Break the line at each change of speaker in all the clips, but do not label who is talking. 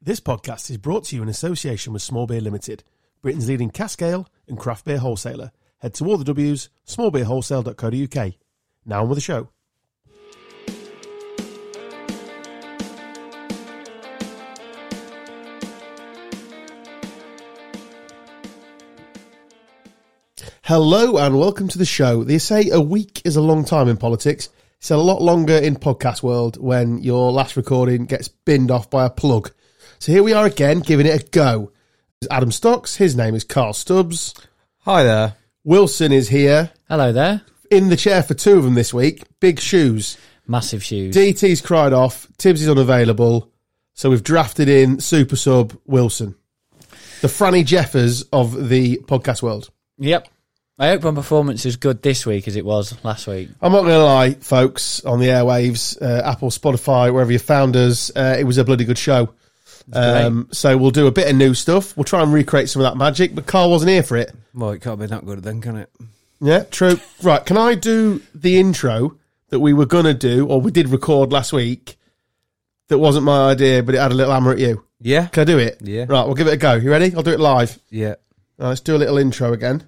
This podcast is brought to you in association with Small Beer Limited, Britain's leading cask ale and craft beer wholesaler. Head to all the W's, smallbeerwholesale.co.uk. Now on with the show. Hello and welcome to the show. They say a week is a long time in politics. It's a lot longer in podcast world when your last recording gets binned off by a plug. So here we are again, giving it a go. Adam Stocks, his name is Carl Stubbs.
Hi there.
Wilson is here
Hello there.
in the chair for two of them this week. Big shoes.
Massive shoes.
DT's cried off. Tibbs is unavailable. So we've drafted in super sub Wilson, the Franny Jeffers of the podcast world.
yep. I hope my performance is good this week as it was last week.
I'm not going to lie, folks, on the airwaves, uh, Apple, Spotify, wherever you found us, uh, it was a bloody good show. Um, so we'll do a bit of new stuff. We'll try and recreate some of that magic, but Carl wasn't here for it.
Well, it can't be that good then, can it?
Yeah, true. Right, can I do the intro that we were going to do, or we did record last week, that wasn't my idea, but it had a little hammer at you?
Yeah.
Can I do it?
Yeah.
Right, we'll give it a go. You ready? I'll do it live.
Yeah.
Right, let's do a little intro again.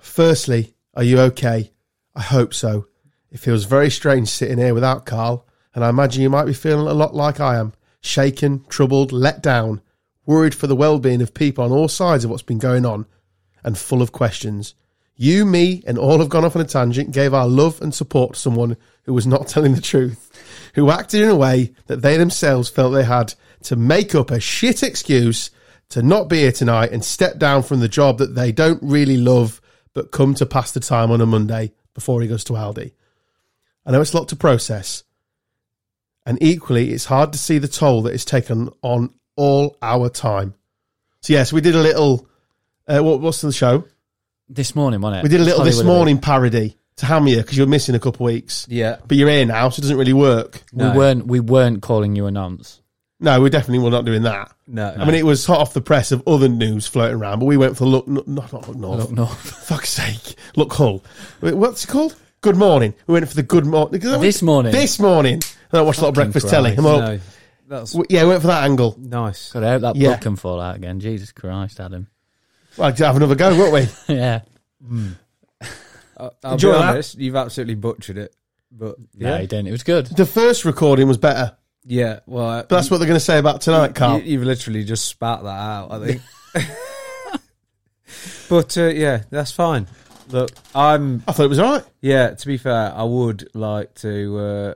Firstly, are you okay? I hope so. It feels very strange sitting here without Carl, and I imagine you might be feeling a lot like I am shaken, troubled, let down, worried for the well being of people on all sides of what's been going on, and full of questions. You, me, and all have gone off on a tangent, gave our love and support to someone who was not telling the truth, who acted in a way that they themselves felt they had to make up a shit excuse to not be here tonight and step down from the job that they don't really love, but come to pass the time on a Monday before he goes to Aldi. I know it's a lot to process, and equally, it's hard to see the toll that is taken on all our time. So, yes, we did a little. Uh, what, what's the show?
This morning, wasn't it?
We did a little this
Hollywood
morning parody to hammer you because you were missing a couple of weeks.
Yeah.
But you're here now, so it doesn't really work.
event. We weren't we weren't calling you a nonce.
No, we definitely were not doing that.
No.
I mean, it was hot off the press of other news floating around, but we went for look, no, not look north.
Look, no.
Fuck's sake, look Hull. Wait, What's it called? Good morning. We went for the good morning.
This morning.
This morning. I watched a lot of breakfast telly. I'm all-
no. That's
w- Yeah, we went for that angle.
nice.
God, I hope that
Yeah.
book can fall out again. Jesus Christ, Adam.
Well, I'd have another go, won't we?
yeah.
I- Uh, I'll
Enjoy
be
that.
honest, you've absolutely butchered it. But
No,
yeah.
you didn't. It was good.
The first recording was better.
Yeah. Well, I-
But um, that's what they're going to say about tonight, Carl.
you, have literally just spat that out, I think. but uh, yeah, that's fine. Look, I'm
I thought it was all right.
yeah, to be fair, I would like to uh,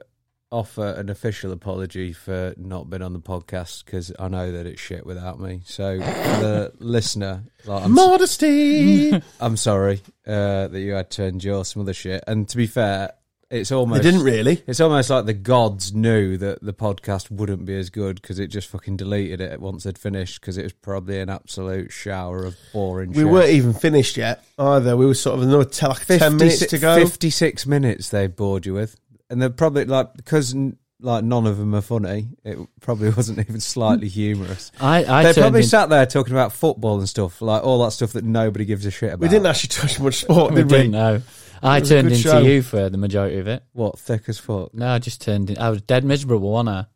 offer an official apology for not being on the podcast because I know that it's shit without me. So, for the listener, like, I'm,
Modesty.
I'm sorry uh, that you had to endure some other shit. And to be fair, it's
they
almost
didn't really.
It's almost like the gods knew that the podcast wouldn't be as good because it just fucking deleted it once they'd finished because it was probably an absolute shower of boring.
We
shit.
weren't even finished yet either. We were sort of another te- like 10 minutes to go.
56 minutes they bored you with. And they're probably like, because n- like none of them are funny, it probably wasn't even slightly humorous.
I, I
They
turned
probably
in-
sat there talking about football and stuff, like all that stuff that nobody gives a shit about.
We didn't actually touch much sport,
we
did we?
didn't know. I
was a
turned
good
into
show.
you for the majority of it.
What, thick as fuck?
No, I just turned in I was dead miserable, wasn't I?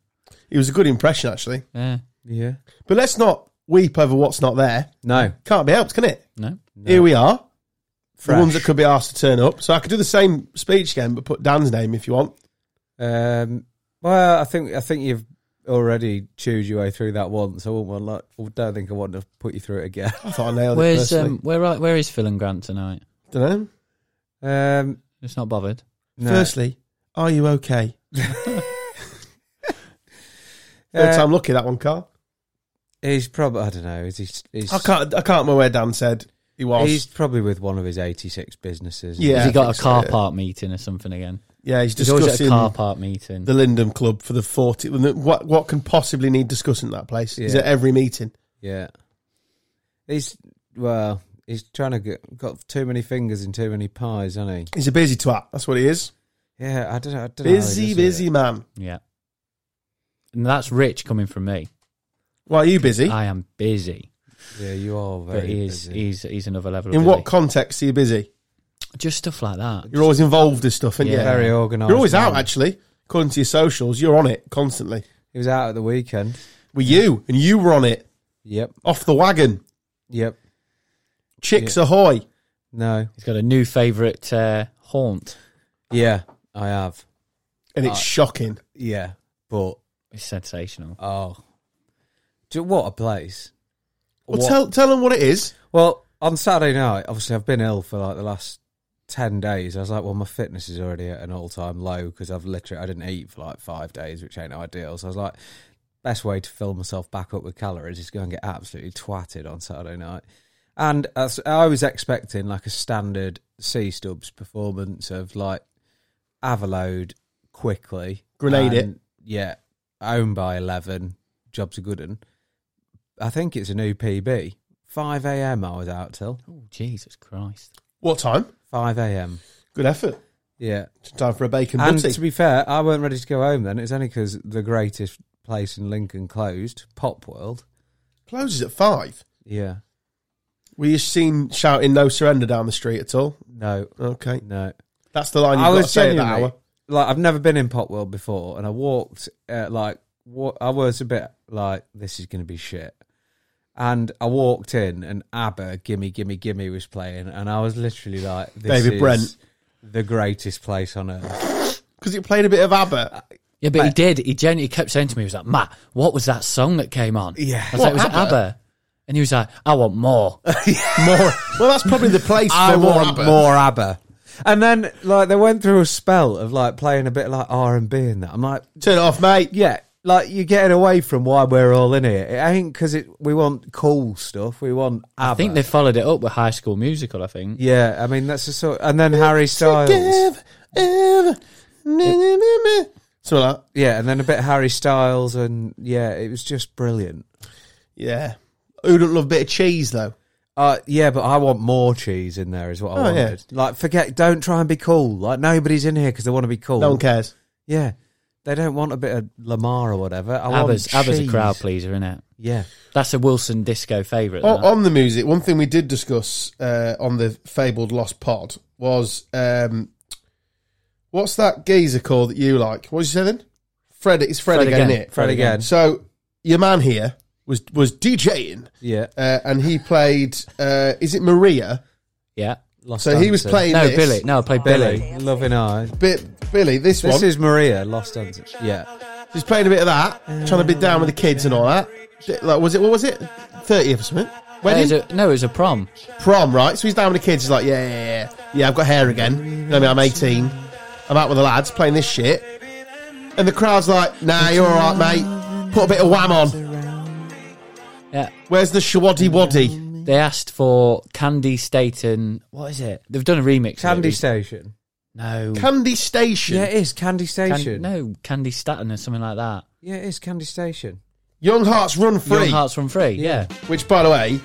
It was a good impression, actually.
Yeah.
Yeah.
But let's not weep over what's not there.
No.
Can't be helped, can it?
No.
Here we are.
Fresh.
The ones that could be asked to turn up. So I could do the same speech again, but put Dan's name if you want.
Um, well, I think I think you've already chewed your way through that once. I wouldn't want like, I don't think I want to put you through it again.
I thought I nailed
Where's
it.
um where are, where is Phil and Grant tonight?
Don't know.
Um,
It's not bothered.
no.
Firstly, are you okay? Third
Uh,
time lucky that one, Carl.
he's probably I don't know. Is he? He's,
I can't. I can't remember where Dan said he was.
He's probably with one of his 86 businesses.
Yeah,
Has
I
he got
think
a
so,
car
yeah.
park meeting or something again?
yeah, he's
He's always at a
discussing
car park meeting.
the Lindham Club for the 40th. What what can possibly need discussing at that place? Is
Yeah.
at every meeting.
Yeah. He's, well, he's trying to get, got too many fingers in too many pies, hasn't
He's a busy twat. That's what he is.
he? Yeah, I don't know. I don't know how he
Busy,
does it.
busy man.
Yeah. And that's rich coming from me.
Ah,
Why are you busy?
I am busy.
Yeah, you are very.
but he is,
busy.
he's he's another level.
In
of
what
busy.
context are you busy?
Just stuff like that.
You're always involved in stuff, aren't
Yeah.
you?
very organised.
You're always
man.
out, actually. According to your socials, you're on it constantly.
He was out at the weekend.
Were you? And you were on it.
Yep.
Off the wagon.
Yep.
Chicks ahoy.
No.
He's got a new favourite uh, haunt.
Yeah, I have.
And it's
Uh,
shocking.
Yeah, but
It's sensational.
oh, do, what a place!
Well,
What-
tell tell them what it is.
Well, on Saturday night, obviously, I've been ill for like the last 10 days. I was like, well, my fitness is already at an all time low because I've literally, I didn't eat for like five days, which ain't ideal. So I was like, best way to fill myself back up with calories is go and get absolutely twatted on Saturday night. And as I was expecting like a standard C Stubbs performance of like Avalode quickly.
Grenade it.
and, Yeah. Owned by 11. Jobs are good. And I think it's a new PB. 5 a.m. I was out till
Oh Jesus Christ!
What time?
5 a.m.
Good effort.
Yeah,
Time for a bacon
and
butty.
to be fair, I weren't ready to go home then. It's only because the greatest place in Lincoln closed, Pop World.
Closes at five.
Yeah,
Were you seen shouting "No surrender" down the street at all?
no,
Okay,
no.
that's the line
I
you've got to
was
say at that
genuinely
hour.
like I've never been in Pop World before, and I walked uh, like wa- I was a bit like this is going to be shit, and I walked in and ABBA "Gimme Gimme Gimme" was playing, and I was literally like, this
David
is
Brent.
the greatest place on earth."
Because you played a bit of ABBA.
Yeah, but he did. He genuinely kept saying to me, "He was like Matt, what was that song that came on?"
Yeah.
I was like, "It was
What, ABBA?"
ABBA?" and he was like, "I want more."
More. well, that's probably the place for
I
more
want
ABBA.
more ABBA. And then like they went through a spell of like playing a bit like R and B and that. I'm like,
Turn it off, mate.
yeah, like you're getting away from why we're all in here. It ain't because it we want cool stuff. We want ABBA.
I think they followed it up with High School Musical. I think
Yeah, I mean that's the sort. And then Harry Styles.
Give, give, na, na, na, na. Something like that.
Yeah, and then a bit Harry Styles, and yeah, it was just brilliant.
Yeah. Who don't love a bit of cheese though?
Uh, yeah, but I want more cheese in there is what I
Oh, yeah.
wanted. Like, forget, don't try and be cool. Like, nobody's in here because they want to be cool.
No one cares.
Yeah, they don't want a bit of Lamar or whatever. I
Oh,
ABBA's,
want
ABBA's a
cheese.
crowd pleaser, isn't it?
Yeah,
That's a Wilson disco favourite.
On,
that.
on the music, one thing we did discuss uh, on the fabled Lost Pod was um, what's that geezer called that you like? What did you say then? Fred. It's Fred,
Fred
again,
again.
isn't it?
Fred again.
So your man here was was DJing,
Yeah,
uh, and he played. Uh, is it Maria?
Yeah.
Lost
So he was
Dancer.
playing.
No,
this.
Billy. No, I played Billy.
Billy, loving eye.
Bi- Billy. This,
This
one.
is Maria, Lost Dancer. Yeah,
He's playing a bit of that, trying to be down with the kids and all that. Di- Like, was it? What was it? Thirtieth or something.
No, it
Wedding,
was a, no, it was a prom.
prom, right? So he's down with the kids. He's like, yeah, yeah, yeah, yeah. I've got hair again. You know what I mean? I'm 18. I'm out with the lads playing this shit, and the crowd's like, nah, you're all right, mate. Put a bit of wham on.
Yeah.
Where's the shawaddy waddy?
They asked for Candy Staten. What is it? They've done a remix. of it.
Candy Station.
No.
Candy Station.
Yeah, it is Candy
Can-
Station.
no, Candy Staten or something like that.
Yeah, it is Candy Station.
Young Hearts Run Free,
Young Hearts from Free. Yeah.
which, by the way,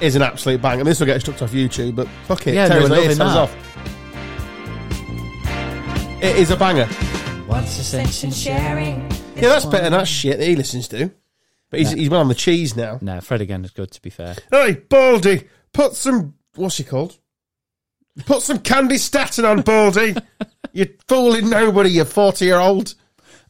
is an absolute bang. And this will get chucked off YouTube, but fuck it.
Yeah,
Terry's
they were
like, "This
loving
sounds off." It is a banger.
What's the sense in
sharing.
Yeah, that's better than that shit that he listens to. But he's, he's well on the cheese now.
No, Fred again is good, to be fair.
Hey, Baldy, put some. What's he called? Put some candy statin on, Baldy. you're fooling nobody, you 40 year old.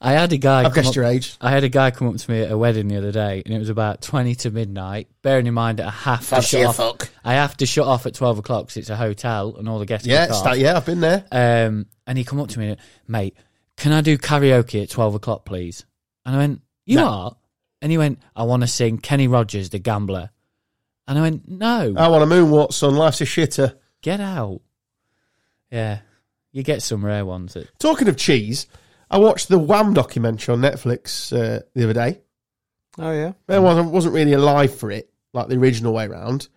I had a guy.
I've
come
guessed
up-
your age.
I had a guy come up to me at a wedding the other day, and it was about twenty to midnight. Bearing in mind that I have to
That's
shut
your
off.
fuck.
I have to shut off at twelve o'clock because it's a hotel and all the guests.
Yeah,
book off.
sta- yeah, I've been there.
Um, and he come up to me, and, mate. Can I do karaoke at twelve o'clock, please? And I went, you are. And he went, I want to sing Kenny Rogers, the Gambler. And I went, no,
I want a moonwalk, son. Life's a shitter.
get out. Yeah, you get some rare ones. That,
Talking of cheese, I watched the Wham documentary on Netflix uh, the other day.
Oh yeah.
There was, I wasn't really alive for it, like the original way round.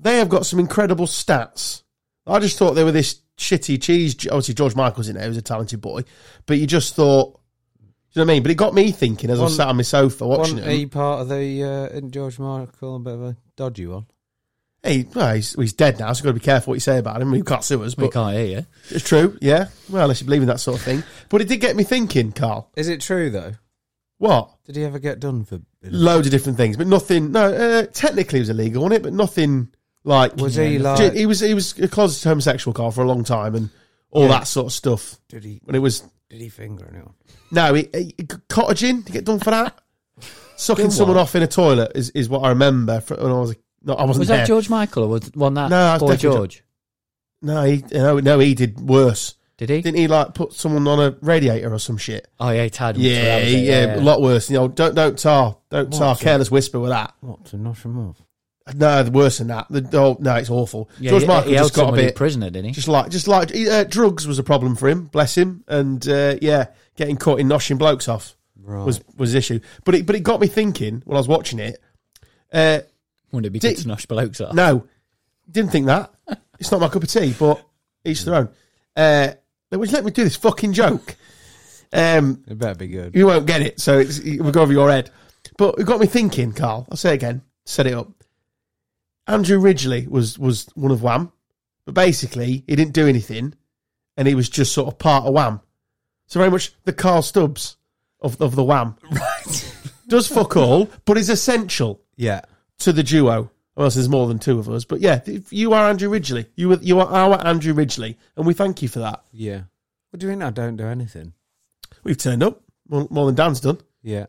They have got some incredible stats. I just thought they were this shitty cheese. Obviously, George Michael's in there, he was a talented boy. But you just thought, do you know what I mean? But it got me thinking as I
One-
sat on my sofa watching
Wasn't
it.
he part of the uh, in George Michael a bit of a dodgy one?
Hey, well, he's, well, he's dead now, so you've got to be careful what you say about him. He can't sue us,
we
but
can't hear you.
it's true, yeah. Well, unless you believe in that sort of thing. But it did get me thinking, Carl.
Is it true though?
What?
Did he ever get done for
loads of different things, but nothing. No, uh, technically it was illegal, wasn't it? But nothing like
Was he
Ju-
Uh,
like?
he was he was a closeted homosexual Carl for a long time and all
Yeah.
that sort of stuff.
Did he?
But it was
Did he finger anyone?
no he, he, cottaging to get done for that. Sucking
Done
someone
what?
off in a toilet is, is what I remember from when I was a, no, I wasn't
Was
there.
that George Michael or was one that
No, that was
boy
definitely
George?
No, he, no, no, he did worse.
Did he?
Didn't he like put someone on a radiator or some shit?
oh yeah, he tied him. to
Yeah,
that, was
yeah,
it?
a lot worse. You know, don't don't tar, don't
What,
tar,
sir?
careless whisper with that.
What to knock him off?
No, worse than that. The, oh, no, it's awful.
Yeah,
George
he-
Michael
he held
just got a
somebody
bit,
prisoner, didn't he?
just like just like he, uh, drugs was a problem for him. Bless him, and uh, yeah, getting caught in noshing blokes off
Right.
was was his issue. But it but it got me thinking when I was watching it. Uh,
Wouldn't it be
Did-
good to nosh blokes off?
No, didn't think that. It's not my cup of tea, but each their own. Uh, would you let me do this fucking joke? Um,
it better be good.
you won't get it, so it's, it will go over your head. But it got me thinking, Carl. I'll say it again. Set it up. Andrew Ridgely was was one of Wham, but basically he didn't do anything, and he was just sort of part of Wham. So very much the Carl Stubbs of of the Wham. Right. Does fuck all, but is essential
Yeah.
to the duo. Well, there's more than two of us, but yeah, if you are Andrew Ridgely. You were, you are our Andrew Ridgely, and we thank you for that.
Yeah. What do you mean? I don't do anything.
We've turned up more, more than Dan's done,
Yeah.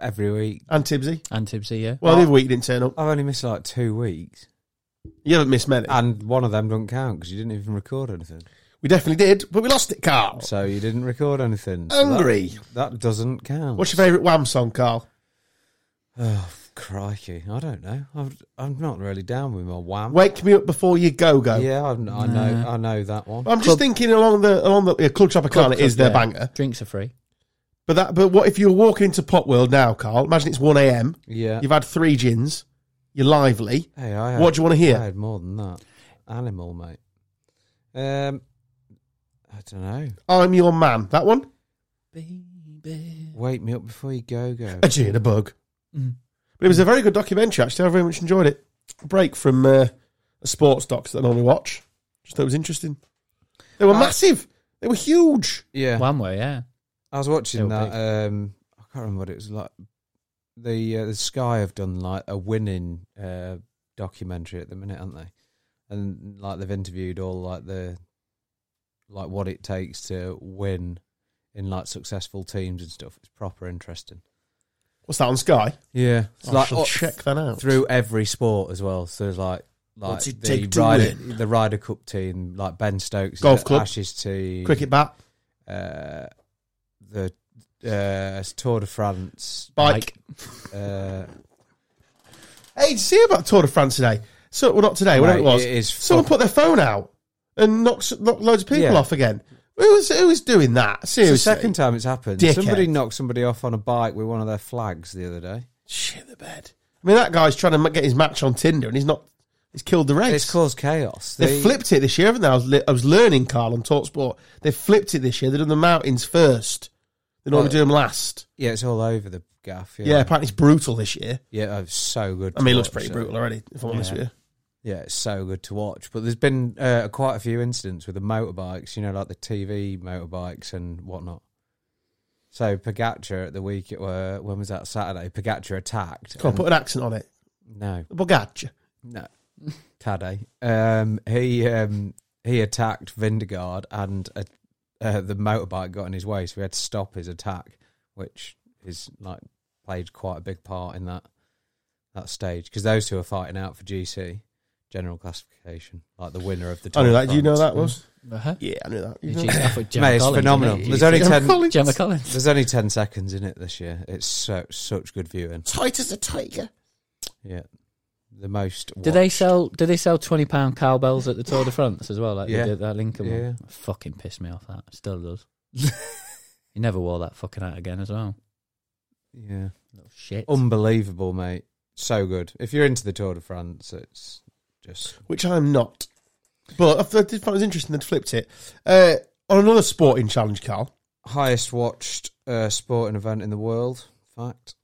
Every week.
and Tibbsy.
And Tibsy, yeah.
Well, the other week you didn't turn up.
I've only missed like two weeks,
You haven't missed many.
and one of them don't count because you didn't even record anything.
We definitely did, but we lost it, Carl.
So you didn't record anything. So that-
Angry.
That, doesn't count.
What's your favourite Wham song, Carl?
Oh crikey! I don't know. I'm, I'm not really down with my wham.
Wake me up before you go go.
Yeah, I'm, I know. I know that one.
I'm just
Club-
thinking along the along the yeah, Club Tropicana
Club
is
Club,
their
yeah.
banger,
Drinks are free.
but that but what if you're walking into Pop World now, Carl? Imagine it's one a.m.
Yeah.
You've had three gins. You're lively.
Hey, I had,
What do you want to hear?
I had more than that. Animal, mate. Um, I don't know.
I'm your man. That one.
Baby.
Wake me up before you go go.
A gin, a bug.
Mm.
But it was a very good documentary, actually. I very much enjoyed it. A break from uh, the sports docs that I normally watch. Just thought it was interesting. They were
Uh,
massive. They were huge.
Yeah,
One way, yeah.
I was watching
Little
that. Um, I can't remember what it was like. The uh, the Sky have done like a winning uh, documentary at the minute, aren't they? And like they've interviewed all like the like what it takes to win in like successful teams and stuff. It's proper interesting.
What's that on Sky?
Yeah, it's
I
like
shall
oh,
check that out.
through every sport as well. So there's like like
What's it
the
take to
Ryder the Ryder Cup team, like Ben Stokes,
Golf
the
club.
Ashes team,
Cricket bat,
uh, the uh, Tour de France.
bike.
Uh,
Hey, did you see about Tour de France today? So, well, not today, whatever it
mate,
was.
it is
Someone
fuck-
put their phone out and knocked, knocked loads of people
Yeah.
off again. Who was, who was doing that?
it's
Seriously.
the second time it's happened.
Dickhead.
Somebody knocked somebody off on a bike with one of their flags the other day.
Shit the bed. I mean, that guy's trying to ma- get his match on Tinder and he's not. He's killed the race.
It's caused chaos.
They
The-
flipped it this year, haven't they? I was, li- I was learning, Carl, on Talksport. They flipped it this year. They've done the mountains first. They normally
Oh.
do them last.
Yeah, it's all over the gaff.
Yeah,
Yeah,
apparently it's brutal this year.
yeah, it was so good.
I
to
mean, it looks
watch,
pretty
so-
brutal already, if I'm honest
Yeah.
with you.
Yeah, it's so good to watch. But there's been uh, quite a few incidents with the motorbikes, you know, like the TV motorbikes and whatnot. So Pagacha at the week, uh, when was that Saturday? Pagacha attacked.
Come on,
and-
put an accent on it.
no,
Bugatti.
no, Taddy. Um, he um, he attacked Vindegaard, and uh, uh, the motorbike got in his way, so we had to stop his attack, which is like played quite a big part in that that stage because those two are fighting out for GC general classification, like the winner of the.
I
Tour
knew
de
Oh, that. Do you know
France.
that was?
Uh-huh.
Yeah, I knew that. You
Jeez,
know-
I thought Gemma
Mate, it's
Collins,
phenomenal.
didn't
There's
you?
only ten.
Collins.
Gemma Collins.
There's only ten seconds in it this year. It's so such good viewing.
Tight as a tiger.
Yeah, the most.
Do they sell? Do they sell twenty pound cowbells at the Tour de France as well? Like
Yeah.
they did that Lincoln
Yeah.
one. Fucking pissed me off. That still does. He never wore that fucking hat again as well.
yeah.
Little shit.
Um, Unbelievable, mate. So good. If you're into the Tour de France, it's just
Which I'm not. But I thought- I did find it was interesting they'd flipped it. Uh, on another sporting challenge, Carl.
highest watched uh, sporting event in the world. Fact.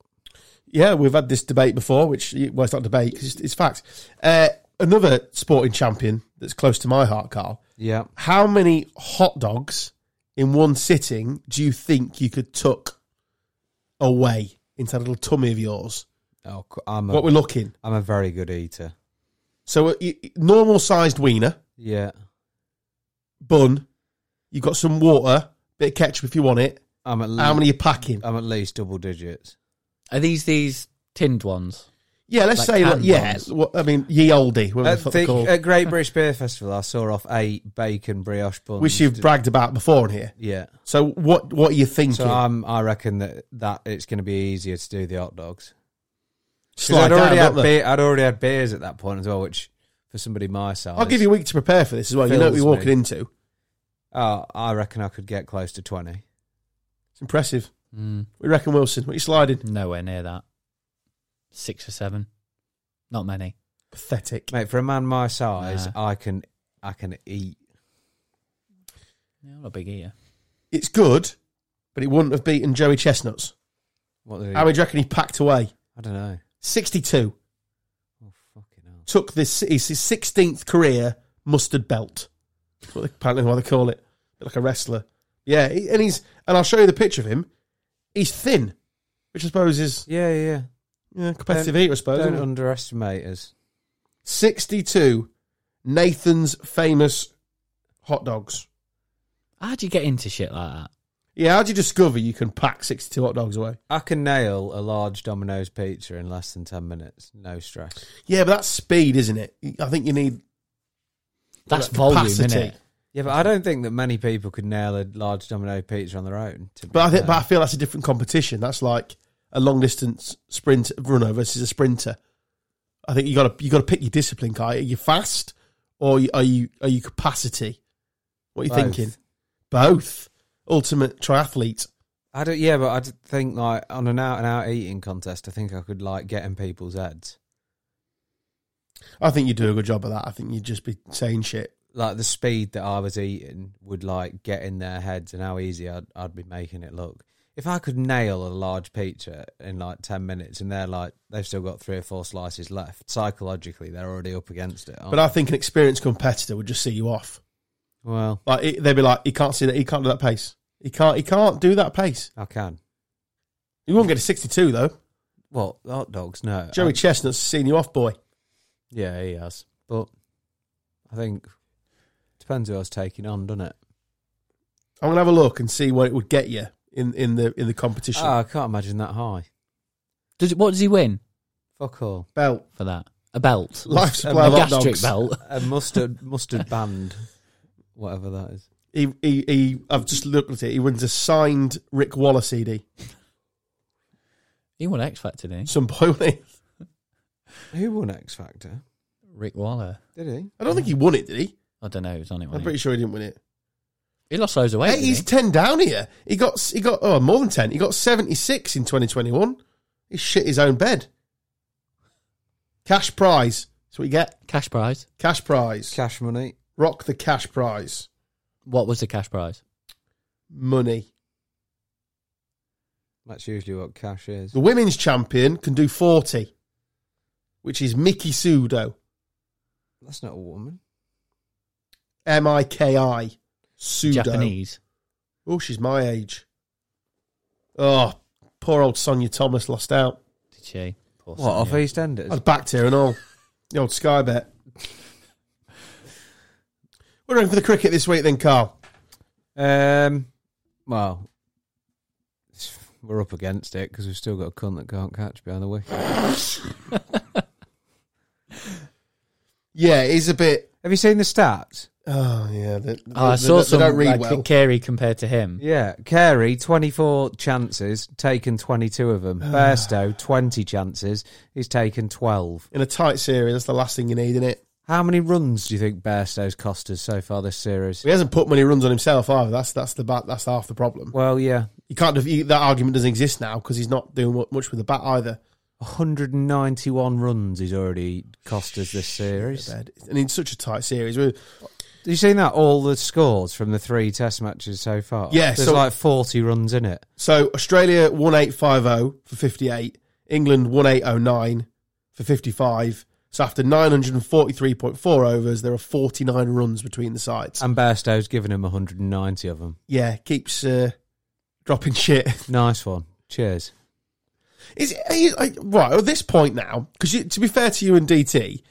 Yeah, we've had this debate before, which, well, it's not debate, 'cause it's, it's facts. Uh, another sporting champion that's close to my heart, Carl.
Yeah.
how many hot dogs in one sitting do you think you could tuck away? into that little tummy of yours?
Oh, c- I'm
What
a,
we're looking.
I'm a very good eater.
So, a, normal sized wiener,
Yeah,
bun, you've got some water, bit of ketchup if you want it.
I'm at. Le-
How many are you packing?
I'm at least double digits.
Are these these tinned ones?
Yeah, let's
Like
say, like,
canned
yeah,
ones.
what, I mean, ye olde, whatever the
At,
fuck
the-
they're called,
at Great British Beer Festival, I saw off eight bacon brioche buns.
which you've bragged about before in here.
yeah.
So, what, what are you thinking?
So uh, I'm, I reckon that, that it's going to be easier to do the hot dogs. 'Cause
Slide
I'd already
down,
had
don't they?
beer, I'd already had beers at that point as well, which for somebody my size,
I'll give you a week to prepare for this as well. You know what
Fills
you're walking
me.
into.
Oh, I reckon I could get close to twenty.
It's impressive.
Mm,
We reckon, Wilson. What are you sliding?
nowhere near that. Six or seven. Not many.
Pathetic.
Mate, for a man my size,
Nah.
I can I can eat.
Yeah, I'm not a big eater.
It's good, but it wouldn't have beaten Joey Chestnuts.
What the,
How many do you reckon he packed away?
I don't know.
62.
Oh fucking hell!
Took this, it's his 16th career mustard belt. That's what they, apparently what they call it. Bit Like a wrestler. Yeah, he- and he's, and I'll show you the picture of him. He's thin, which I suppose is
Yeah, yeah.
yeah, competitive eater, I suppose.
Don't
isn't it?
underestimate us.
62 Nathan's famous hot dogs.
How do you get into shit like that?
Yeah, how'd you discover you can pack 62 hot dogs away?
I can nail a large Domino's pizza in less than ten minutes, no stress.
Yeah, but that's speed, isn't it? I think you need
That's
Like
volume,
capacity.
isn't it?
Yeah, but I don't think that many people could nail a large Domino pizza on their own. To be
But I think,
fair.
but I feel that's a different competition. That's like a long distance sprint runner versus a sprinter. I think you got to you got to pick your discipline, Kai. Are you fast or are you are you capacity? What are you
Both.
thinking? Both. Ultimate triathlete.
I don't. Yeah, but I d- think like on an out and out eating contest, I think I could like get in people's heads.
I think you do a good job of that. I think you'd just be saying shit.
Like the speed that I was eating would like get in their heads, and how easy I'd I'd be making it look. If I could nail a large pizza in like ten minutes, and they're like they've still got three or four slices left, psychologically they're already up against it. aren't
But I think an experienced competitor would just see you off.
they? well,
Like it, they'd be like, he can't see that. He can't do that pace. He can't. He can't do that pace.
I can.
You won't get a 62 though.
Well, hot dogs, no.
Joey
Um,
Chestnut's seen you off, boy.
Yeah, he has. But I think depends who I was taking on, doesn't it?
I'm gonna have a look and see what it would get you in, in the in the competition.
Ah.
Oh, I can't imagine that high.
Does what does he win
Fuck all.
Belt,
for that? A belt,
life
a
supply of hot
gastric
dogs.
belt.
A mustard mustard band, whatever that is.
He, he, he, I've just looked at it. He wins a signed Rick Waller CD.
He won X Factor, didn't he?
Some boy. won it.
Who won X Factor?
Rick Waller.
Did he?
I don't think he won it, did he?
I don't know who's on it.
I'm
wasn't he?
pretty sure he didn't win it.
He lost loads of weight.
Hey, he's ten down here. He got he got oh more than ten. He got seventy six in 2021. He shit his own bed. Cash prize. That's what you get.
cash prize.
Cash prize.
Cash money.
Rock the cash prize.
What was the cash prize?
Money.
That's usually what cash is.
The women's champion can do 40, which is Mickey Sudo.
That's not a woman.
M I K I. Sudo.
Japanese.
Oh, she's my age. Oh, poor old Sonia Thomas lost out.
Did she? Poor
What off
Sonia.
I'd
EastEnders?
backed her and all. The old Sky bet. We're in for the cricket this week, then, Carl.
Um, well, it's- we're up against it because we've still got a cunt that can't catch behind the wicket.
Yeah, it is a bit.
Have you seen the stats?
Oh, yeah. They,
Oh, I
they-
saw
they
some
don't read
like
well.
Carey compared to him.
Yeah, Carey, 24 chances, taken 22 of them. Bairstow, 20 chances, he's taken 12.
In a tight series, that's the last thing you need, isn't it?
How many runs do you think Bairstow's cost us so far this series?
He hasn't put many runs on himself either. That's that's the bat, that's half the problem.
Well, yeah,
You can't. def- You, that argument doesn't exist now because he's not doing mu- much with the bat either.
191 runs he's already cost us this series.
Bed. And in such a tight series, we-
You seen that? All the scores from the three Test matches so far.
Yeah,
there's
so-
like 40 runs in it.
so Australia one eight five zero for fifty eight, England one eight zero nine for fifty five. So after nine hundred and forty three point four overs, there are forty nine runs between the sides.
And Bairstow's given him 190 of them.
yeah, keeps uh, dropping shit.
Nice one. Cheers.
Is it, are you, like, right at this point now? Because to be fair to you and DT,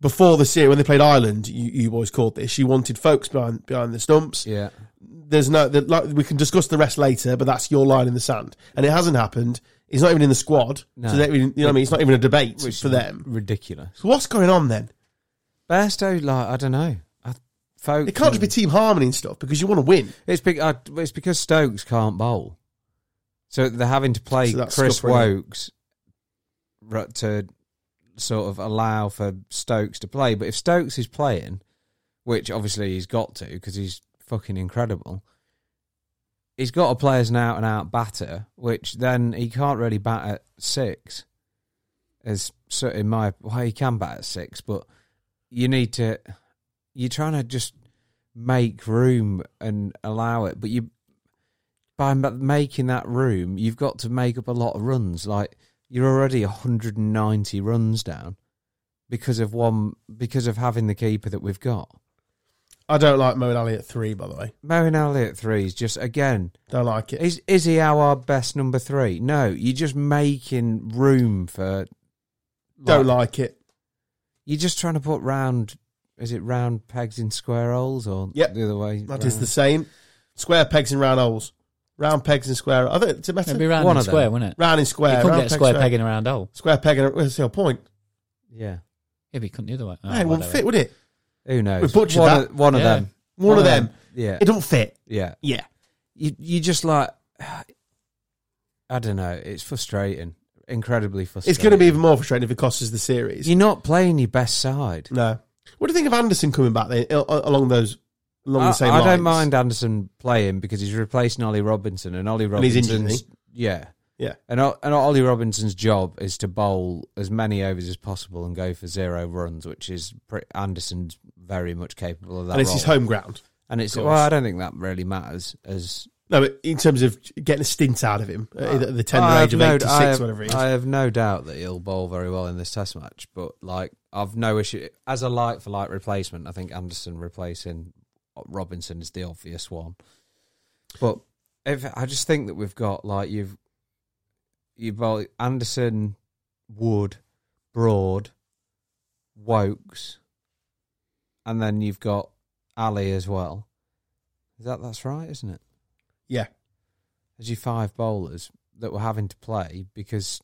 before the series when they played Ireland, you, you always called this. You wanted folks behind behind the stumps.
Yeah.
There's no that like, we can discuss the rest later, but that's your line in the sand, and it hasn't happened. He's not even in the squad, so they don't even, you know what I mean. It's not even a debate
Which
for them.
Ridiculous.
So what's going on then?
Bairstow, like, I don't know. I, folk,
It can't just be team harmony and stuff because you want to win.
It's, be, I, it's because Stokes can't bowl. So they're having to play
So that's
Chris
scuppering.
Wokes ru- to sort of allow for Stokes to play. But if Stokes is playing, which obviously he's got to because he's fucking incredible, he's got to play as an out and out batter, which then he can't really bat at six. As so in my well, he can bat at six, but you need to you're trying to just make room and allow it, but you by m- making that room, you've got to make up a lot of runs. Like you're already 190 runs down because of one because of having the keeper that we've got.
I don't like Mo and Ali at three, by the way.
Merrin Elliott three is just again
Don't like it.
is is he our best number three? No, you're just making room for.
Don't like it.
You're just trying to put round. Is it round pegs in square holes or
Yep.
the other way?
That is the same. Square pegs and round holes. Round pegs and square. I think it's a
It'd
better.
be round and
One of them.
square, wouldn't it?
Round and
You
square.
couldn't
round
get a
peg,
square oh,
square
peg in a round hole.
Square peg. And, what's the whole point?
yeah.
Yeah, but you couldn't do the way. Oh,
hey, it won't
whatever.
fit, would it?
Who knows?
We butchered
one
that.
Of, one of
Yeah.
them.
One, of them.
Yeah.
It don't fit.
Yeah.
Yeah.
You you just like I don't know. It's frustrating. Incredibly frustrating.
It's going to be even more frustrating if it costs us the series.
You're not playing your best side.
No. What do you think of Anderson coming back then, al- along those, along
I,
the same
I
lines?
don't mind Anderson playing because he's replacing Ollie Robinson, and Ollie
he's injured,
Robinson's
isn't
yeah,
Yeah.
and O- and Ollie Robinson's job is to bowl as many overs as possible and go for zero runs, which is pre- Anderson's very much capable of that.
And it's
role.
his home ground.
and it's
course.
well, I don't think that really matters as
No, but in terms of getting a stint out of him at the- the tender
I
age
have
of
no-
86,
I have,
whatever it is.
I have no doubt that he'll bowl very well in this test match, but like I've no issue as a like for like replacement. I think Anderson replacing Robinson is the obvious one, but if I just think that we've got like you've you've got Anderson, Wood, Broad, Wokes, and then you've got Ali as well. Is that that's right, isn't it?
yeah.
as your five bowlers that were having to play because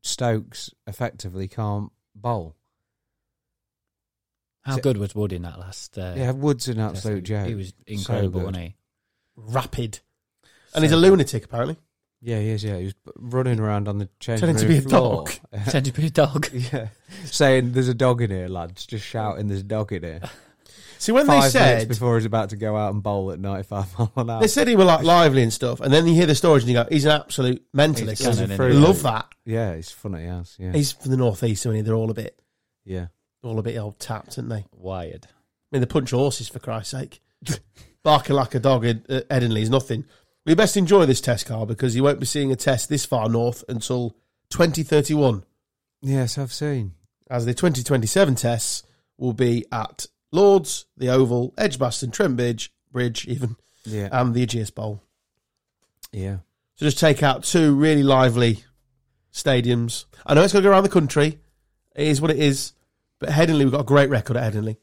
Stokes effectively can't bowl.
How good was Wood in that last? Uh,
yeah, Wood's an
test?
absolute joke.
He was incredible,
good.
wasn't he?
Rapid. And he's a lunatic, apparently.
Yeah, he is. Yeah, he was b- running around on the changing
Turning to
room
be a
floor.
dog.
Tend to be a dog.
yeah, saying there's a dog in here, lads. Just shouting, there's a dog in here.
See, when
Five
they
minutes
said
before he's about to go out and bowl at 95 mile an hour.
They said he were like lively and stuff, and then you hear the stories and you go, he's an absolute mentalist.
He's cannon,
I
isn't
he?
love that.
yeah, it's funny as. Yeah,
He's from the northeast, and they're all a bit,
yeah.
all a bit old tapped, aren't they? I
Wired.
mean, they punch horses for Christ's sake. Barking like a dog uh, at at Edinley is nothing. We best enjoy this test, Carl, because you won't be seeing a test this far north until 2031,
Yes, I've seen.
as the 2027 tests will be at Lords, the Oval, Edgbaston, Trembridge, Bridge, even,
Yeah,
and the Aegeus Bowl.
yeah.
So just take out two really lively stadiums. I know it's going to go around the country. It is what it is. But Headingley, we've got a great record at Headingley.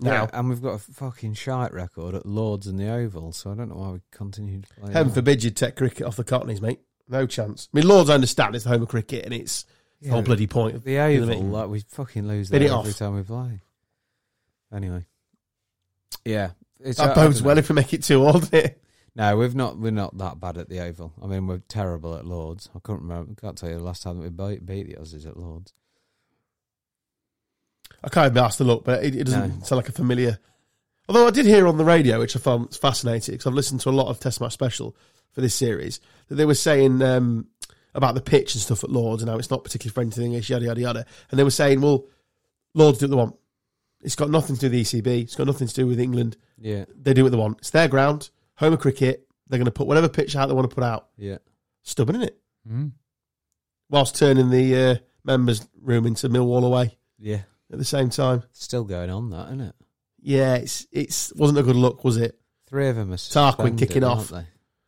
Now,
Yeah, and we've got a fucking shite record at Lords and the Oval, so I don't know why we continue to play.
heaven
that.
forbid you take cricket off the Cockneys, mate. No chance. I mean, Lords, I understand it's the home of cricket and it's the whole
Yeah.
bloody point. of
The
you know
Oval,
what I mean?
like we fucking lose
Bit
that
it
every
off.
time we play. Anyway, yeah, it's, uh, I- I
That bodes
dunno.
well if we make it too old, doesn't it?
No, we've not. We're not that bad at the Oval. I mean, we're terrible at Lords. I can't remember. Can't tell you the last time that we beat, beat the Aussies at Lords.
I can't even ask to look, but it, it doesn't
No.
sound like a familiar. Although I did hear on the radio, which I found fascinating because I've listened to a lot of Test Match Special for this series, that they were saying um, about the pitch and stuff at Lords and how it's not particularly friendly to the English, yada, yada, yada. And they were saying, well, Lords do what they want. It's got nothing to do with the ECB, it's got nothing to do with England.
Yeah,
They do what they want. It's their ground, home of cricket. They're going to put whatever pitch out they want to put out.
yeah,
Stubborn, isn't it?
Mm.
Whilst turning the uh, members' room into Millwall away
yeah.
at the same time.
Still going on that, isn't it?
Yeah, it's it's wasn't a good look, was it?
Three of them are
Tarquin
suspended,
kicking
aren't
off.
they?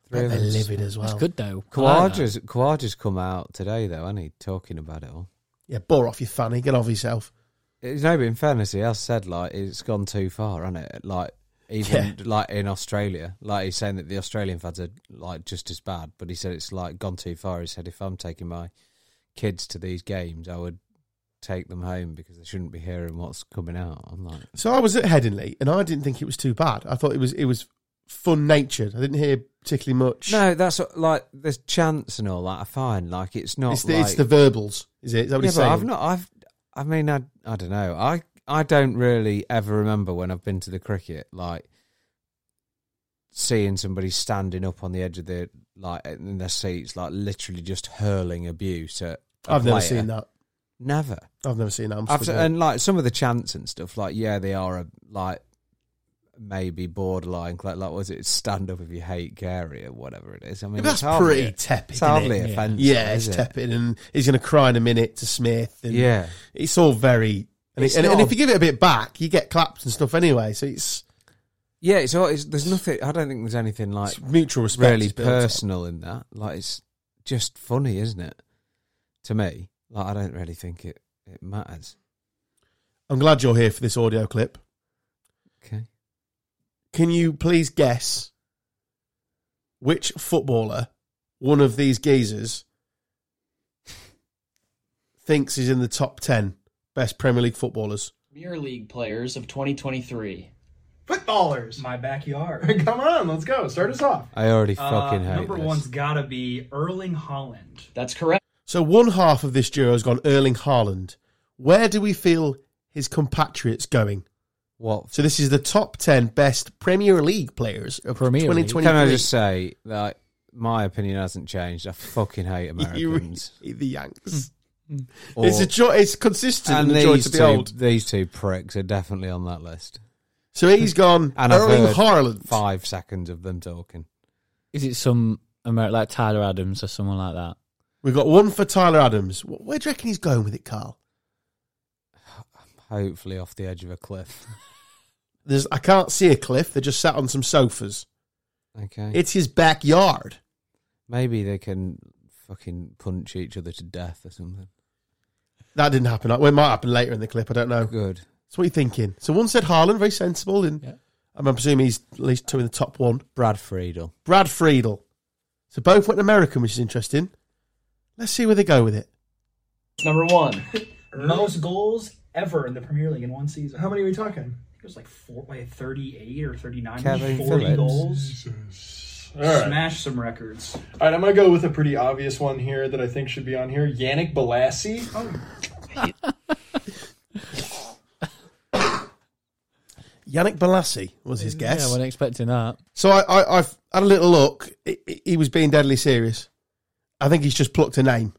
Three of
They're
us.
livid as well.
That's good though. I like that.
Kawaja's, Kawaja's come out today, though, hasn't he? Talking about it all.
Yeah, bore off your fanny. Get off yourself.
It's no, but in fairness, he has said, like, it's gone too far, hasn't it? Like, even, like, in Australia. Like, he's saying that the Australian fans are, like, just as bad, but he said it's, like, gone too far. He said, if I'm taking my kids to these games, I would take them home because they shouldn't be hearing what's coming out. I'm like,
So I was at Headingley, and I didn't think it was too bad. I thought it was it was fun natured. I didn't hear particularly much.
no, that's, what- like, there's chants and all that. I find, like, it's not,
it's the,
like,
it's the verbals. Is it? Is that what
yeah,
he's
but
saying?
I've not. I've. I mean, I. I don't know. I. I don't really ever remember when I've been to the cricket, like seeing somebody standing up on the edge of their like in their seats, like literally just hurling abuse at. a
I've never
player.
seen that.
Never.
I've never seen that. I'm
I've,
still
and like some of the chants and stuff, like yeah, they are a, like maybe borderline. Like, like was it stand up if you hate Gary or whatever it is? I mean,
that's
it's hardly-
pretty tepid.
It's
isn't
hardly
it?
Yeah.
offensive.
Yeah, it's
is it?
tepid, and he's going to cry in a minute to Smith. And
Yeah.
it's all very. And,
It's
it, and, and
not
if you give it a bit back, you get claps and stuff anyway. So it's,
Yeah, it's, all- it's there's nothing. I don't think there's anything like
it's mutual respect.
really
is built up.
personal in that. Like it's just funny, isn't it? To me, like I don't really think it it matters.
I'm glad you're here for this audio clip.
Okay,
Can you please guess which footballer one of these geezers thinks is in the top ten best Premier League footballers?
Premier League players of 2023.
Footballers.
my backyard.
Come on, let's go. Start us off.
I already
Uh,
fucking hate
number
this.
one's gotta be Erling Holland.
That's correct.
So one half of this duo has gone Erling Haaland. Where do we feel his compatriots going?
What?
So this is the top ten best Premier League players of
Premier League.
2023.
Can I just say that my opinion hasn't changed? I fucking hate
You really-
Americans.
the Yanks.
Or-
it's a joy. It's consistent Hmm. and,
and
a joy
these
to be
two,
old.
these two pricks are definitely on that list.
So he's gone.
And I've
Erling
heard
Haaland.
Five seconds of them talking.
Is it some Amer- like Tyler Adams or someone like that?
We've got one for Tyler Adams. Wh- Where do you reckon he's going with it, Carl?
Hopefully, off the edge of a cliff.
There's, I can't see a cliff. They're just sat on some sofas.
Okay,
It's his backyard.
maybe they can fucking punch each other to death or something.
That didn't happen. Well, It might happen later in the clip. I don't know.
Oh, Good.
So what are you thinking? So one said Haaland, very sensible, and
Yeah.
I'm presuming he's at least two in the top one.
Brad Friedel.
Brad Friedel. So both went American, which is interesting. Let's see where they go with it.
Number one.
Most goals ever in the Premier League in one season.
How many are we talking?
It was like four, like 38 or 39,
Kevin
40
Phillips.
goals.
All right.
Smash some records.
All right, I'm going to go with a pretty obvious one here that I think should be on here. Yannick Balassi.
Yannick Balassi was his guess.
Yeah, I wasn't expecting that.
so I, I, I've had a little look. I- I- He was being deadly serious. I think he's just plucked a name.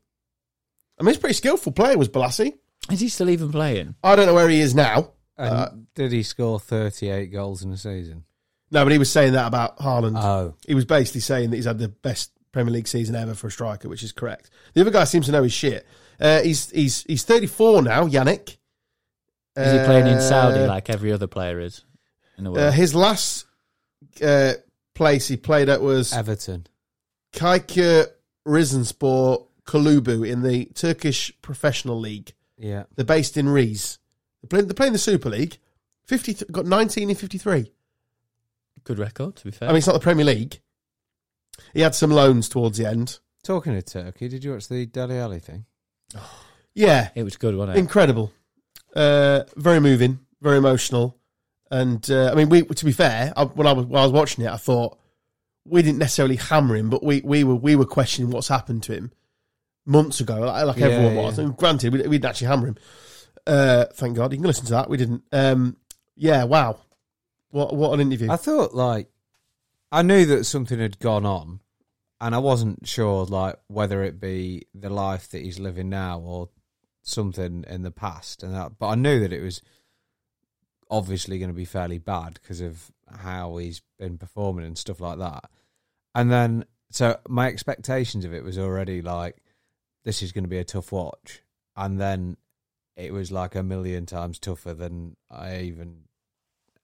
I mean, he's a pretty skillful player, was Balassi.
Is he still even playing?
I don't know where he is now.
And
Uh,
did he score 38 goals in a season?
No, but he was saying that about Haaland.
Uh,
Oh.
he was basically saying that he's had the best Premier League season ever for a striker, which is correct. The other guy seems to know his shit. Uh, he's he's he's 34 now, Yannick.
Is he playing in
Uh,
Saudi like every other player is in the
Uh,
world?
his last uh, place he played at was
Everton.
Kaikya Rizenspor Kulubu in the Turkish Professional League.
Yeah.
They're based in Rize. They're playing, they're playing the Super League. 50, th- got 19 in 53.
Good record, to be fair.
I mean, it's not the Premier League. He had some loans towards the end.
Talking of Turkey, did you watch the Deli Alley thing?
Yeah,
it was good, wasn't it?
incredible. Uh, very moving, very emotional. And uh, I mean, we to be fair, I, when I was while I was watching it, I thought we didn't necessarily hammer him, but we we were we were questioning what's happened to him months ago, like, like
Yeah,
everyone was.
yeah.
And granted, we, we didn't actually hammer him. Uh, thank God, you can listen to that. We didn't. Um, yeah, wow, what what an interview.
I thought, like, I knew that something had gone on, and I wasn't sure, like, whether it be the life that he's living now or something in the past. and that, But I knew that it was obviously going to be fairly bad because of how he's been performing and stuff like that. And then, so my expectations of it was already like, this is going to be a tough watch. And then it was like a million times tougher than I even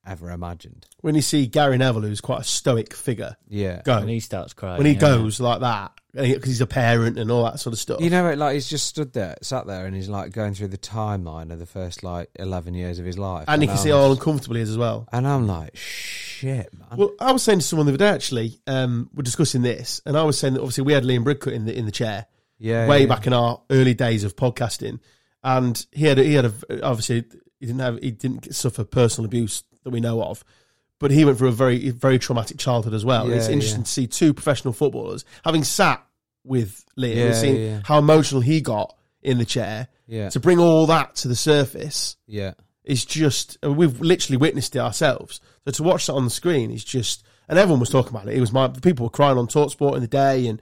ever imagined.
When you see Gary Neville, who's quite a stoic figure,
Yeah.
go
when he starts crying.
when he
yeah.
goes like that because he's a parent and all that sort of stuff.
You know, like he's just stood there, sat there, and he's like going through the timeline of the first like eleven years of his life,
and you can
I'm-
see how uncomfortable he is as well.
And I'm like, shit, man.
Well, I was saying to someone the other day actually, um, we're discussing this, and I was saying that obviously we had Liam Bridcut in the in the chair
yeah,
way
yeah.
back in our early days of podcasting, and he had a, he had a obviously he didn't have he didn't suffer personal abuse that we know of, but he went through a very very traumatic childhood as well. And it's
Yeah,
interesting
yeah.
to see two professional footballers having sat with Liam
Yeah,
and seen
yeah, yeah.
how emotional he got in the chair
Yeah,
to bring all that to the surface
yeah,
is just and we've literally witnessed it ourselves. So to watch that on the screen is just and everyone was talking about it. It was my people were crying on Talksport in the day and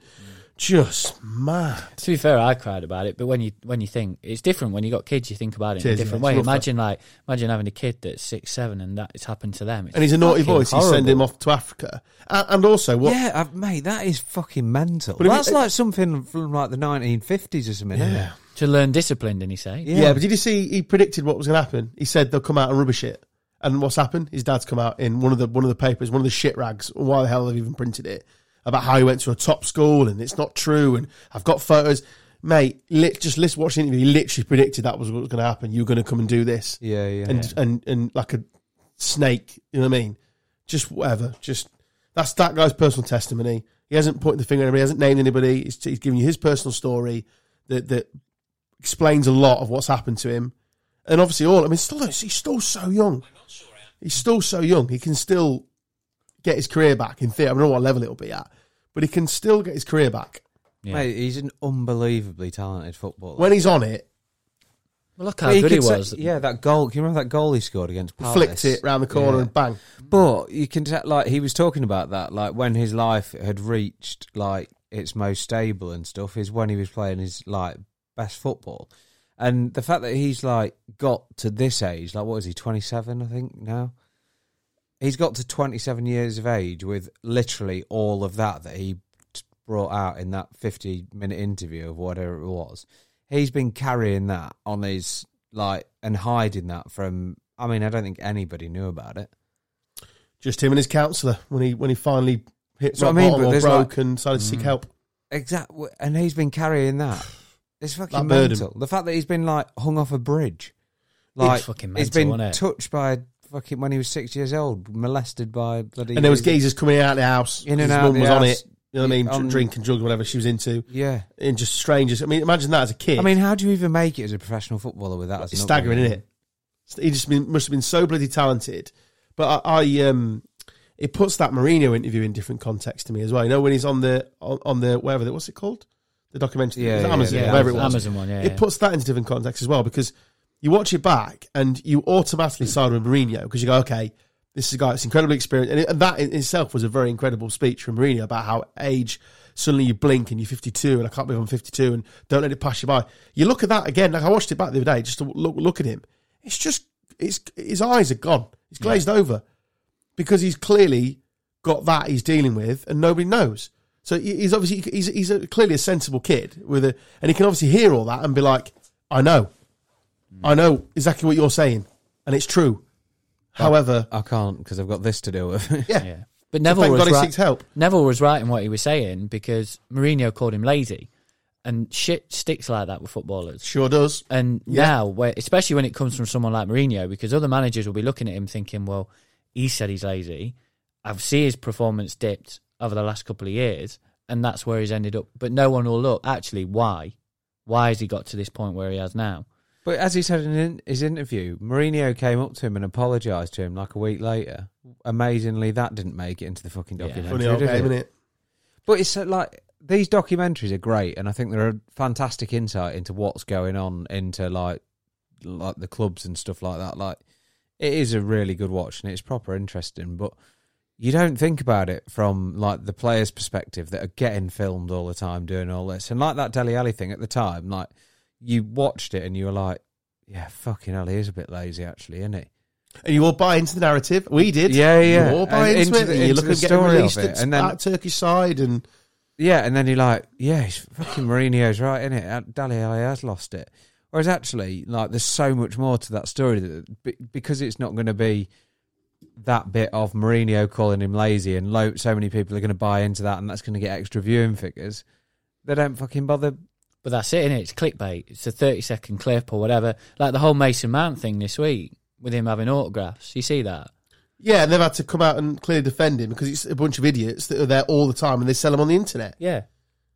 just mad.
To be fair, I cried about it, but when you when you think it's different when you got kids, you think about it in
Cheers,
a different
yeah, it's
way.
rough,
Imagine like imagine having a kid that's six seven and that it's happened to them. It's
And he's a naughty
fucking
boy. so You send
horrible.
him off to Africa. And, and also what
yeah. I've, mate, that is fucking mental.
But if
That's
it-
like something from like the 1950s or something. Isn't it?
Yeah.
to learn discipline. Didn't he say?
Yeah, but did you see he predicted what was gonna happen? He said they'll come out and rubbish it. And what's happened? His dad's come out in one of the one of the papers, one of the shit rags, or why the hell they've even printed it, about how he went to a top school and it's not true and I've got photos. Mate, lit, just list watch the interview, he literally predicted that was what was gonna happen. You're gonna come and do this.
yeah, yeah.
and and and like a snake. You know what I mean? Just whatever. Just that's that guy's personal testimony. He hasn't pointed the finger at anybody. He hasn't named anybody. He's, he's giving you his personal story that that explains a lot of what's happened to him. And obviously, all I mean, still he's still so young. He's still so young. He can still get his career back in theory. I don't know what level it'll be at, but he can still get his career back
Yeah.
Mate, he's an unbelievably talented footballer.
when he's on it.
Well, look how
He
good he
could say-
was.
yeah, that goal. Can you remember that goal he scored against Palace?
Flicked it round the corner
Yeah.
and bang.
But you can tell, like he was talking about that, like when his life had reached like its most stable and stuff is when he was playing his like best football, and the fact that he's like got to this age, like what is he twenty seven? I think now he's got to twenty seven years of age with literally all of that that he t- brought out in that fifty minute interview of whatever it was. He's been carrying that on his like and hiding that from. I mean, I don't think anybody knew about it.
Just him and his counsellor when he when he finally hit
So I
rock
mean,
bottom
but
or
there's
broke
like-
and decided to seek help.
Exactly, and he's been carrying that. It's
That
fucking
burden.
mental. The fact that he's been like hung off a bridge,
fucking
he's
mental, isn't
been
it?
touched by a fucking when he was six years old, molested by a bloody.
And there was geezers coming out of the house.
In and
his
out
mum
the
was on
house. um,
it. You know what I mean?
On-
Dr- Drinking, drugs, whatever she was into.
Yeah,
And just strangers. I mean, imagine that as a kid.
I mean, how do you even make it as a professional footballer with that? as
it's
an
staggering,
upbringing?
isn't it? He just been, must have been so bloody talented. But I, I um, it puts that Mourinho interview in different context to me as well. You know, when he's on the on, on the whatever the, what's it called? The documentary,
Yeah,
It was
yeah,
Amazon,
yeah.
whatever it was.
Amazon one. Yeah, yeah.
It puts that into different context as well because you watch it back and you automatically side with Mourinho because you go, okay, this is a guy that's incredibly experienced. And, it, and that in itself was a very incredible speech from Mourinho about how age, suddenly you blink and you're 52 and I can't believe I'm 52 and don't let it pass you by. You look at that again, like I watched it back the other day just to look, look at him. It's just, it's, his eyes are gone. It's glazed over because he's clearly got that he's dealing with and nobody knows. So he- he's obviously he's he's a, clearly a sensible kid with a and he can obviously hear all that and be like, I know, I know exactly what you're saying, and it's true. However,
I can't because I've got this to do with.
yeah,
yeah. But
So
Neville
thank
was
God he
right.
seeks help.
Neville was right in what he was saying because Mourinho called him lazy, and shit sticks like that with footballers.
Sure does.
And
Yeah.
now, where, especially when it comes from someone like Mourinho, because other managers will be looking at him thinking, well, he said he's lazy. I've seen his performance dipped over the last couple of years, and that's where he's ended up. But no one will look, actually, why? Why has he got to this point where he has now?
but as he said in in his interview, Mourinho came up to him and apologised to him like a week later. Amazingly, that didn't make it into the fucking
Yeah.
documentary.
Funny old
did
game,
it?
isn't it?
But it's uh, like these documentaries are great, and I think they're a fantastic insight into what's going on into like like the clubs and stuff like that. Like it is a really good watch, and it's proper interesting. But you don't think about it from like the players' perspective that are getting filmed all the time doing all this, and like that Deli Alley thing at the time, like you watched it and you were like, "Yeah, fucking hell, he is a bit lazy, actually, isn't he?"
And you all buy into the narrative. We did.
Yeah, yeah.
You all buy
And
into,
into
it. and
the- into
you look
the
at getting
story of
released
it,
at
and then-
that Turkish side, and
Yeah, and then you're like, yeah, it's fucking Mourinho's right, isn't it? Dali Ali has lost it. Whereas actually, like, there's so much more to that story that, be- because it's not going to be that bit of Mourinho calling him lazy and lo- so many people are going to buy into that and that's going to get extra viewing figures. They don't fucking bother.
But that's it, innit? It's clickbait. It's a 30 second clip or whatever. Like the whole Mason Mount thing this week with him having autographs. You see that?
Yeah, and they've had to come out and clearly defend him because it's a bunch of idiots that are there all the time and they sell him on the internet.
Yeah.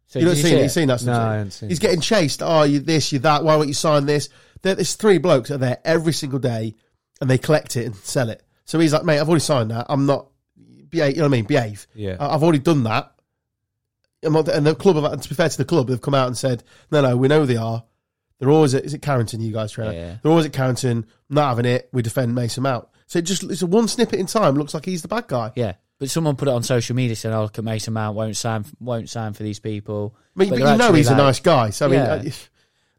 So
You don't
did
see
see
it?
it?
You've seen that
No,
stuff?
I
Jay?
haven't seen
He's
it.
getting chased. Oh, you this, you that. Why won't you sign this? There, there's three blokes that are there every single day and they collect it and sell it. So he's like, mate, I've already signed that. I'm not, behave, you know what I mean? Behave.
Yeah.
I- I've already done that. I'm not- and the club, have- to be fair to the club, they've come out and said, no, no, we know who they are. They're always at, is it Carrington, you guys, trainer?
Yeah.
They're always at Carrington, not having it. We defend Mason Mount. So it just, it's a one snippet in time, looks like he's the bad guy.
Yeah. But someone put it on social media saying, oh, look at Mason Mount, won't sign, won't sign for these people.
I mean, but,
they're
you know
actually
he's
like-
a nice guy. So I mean,
Yeah.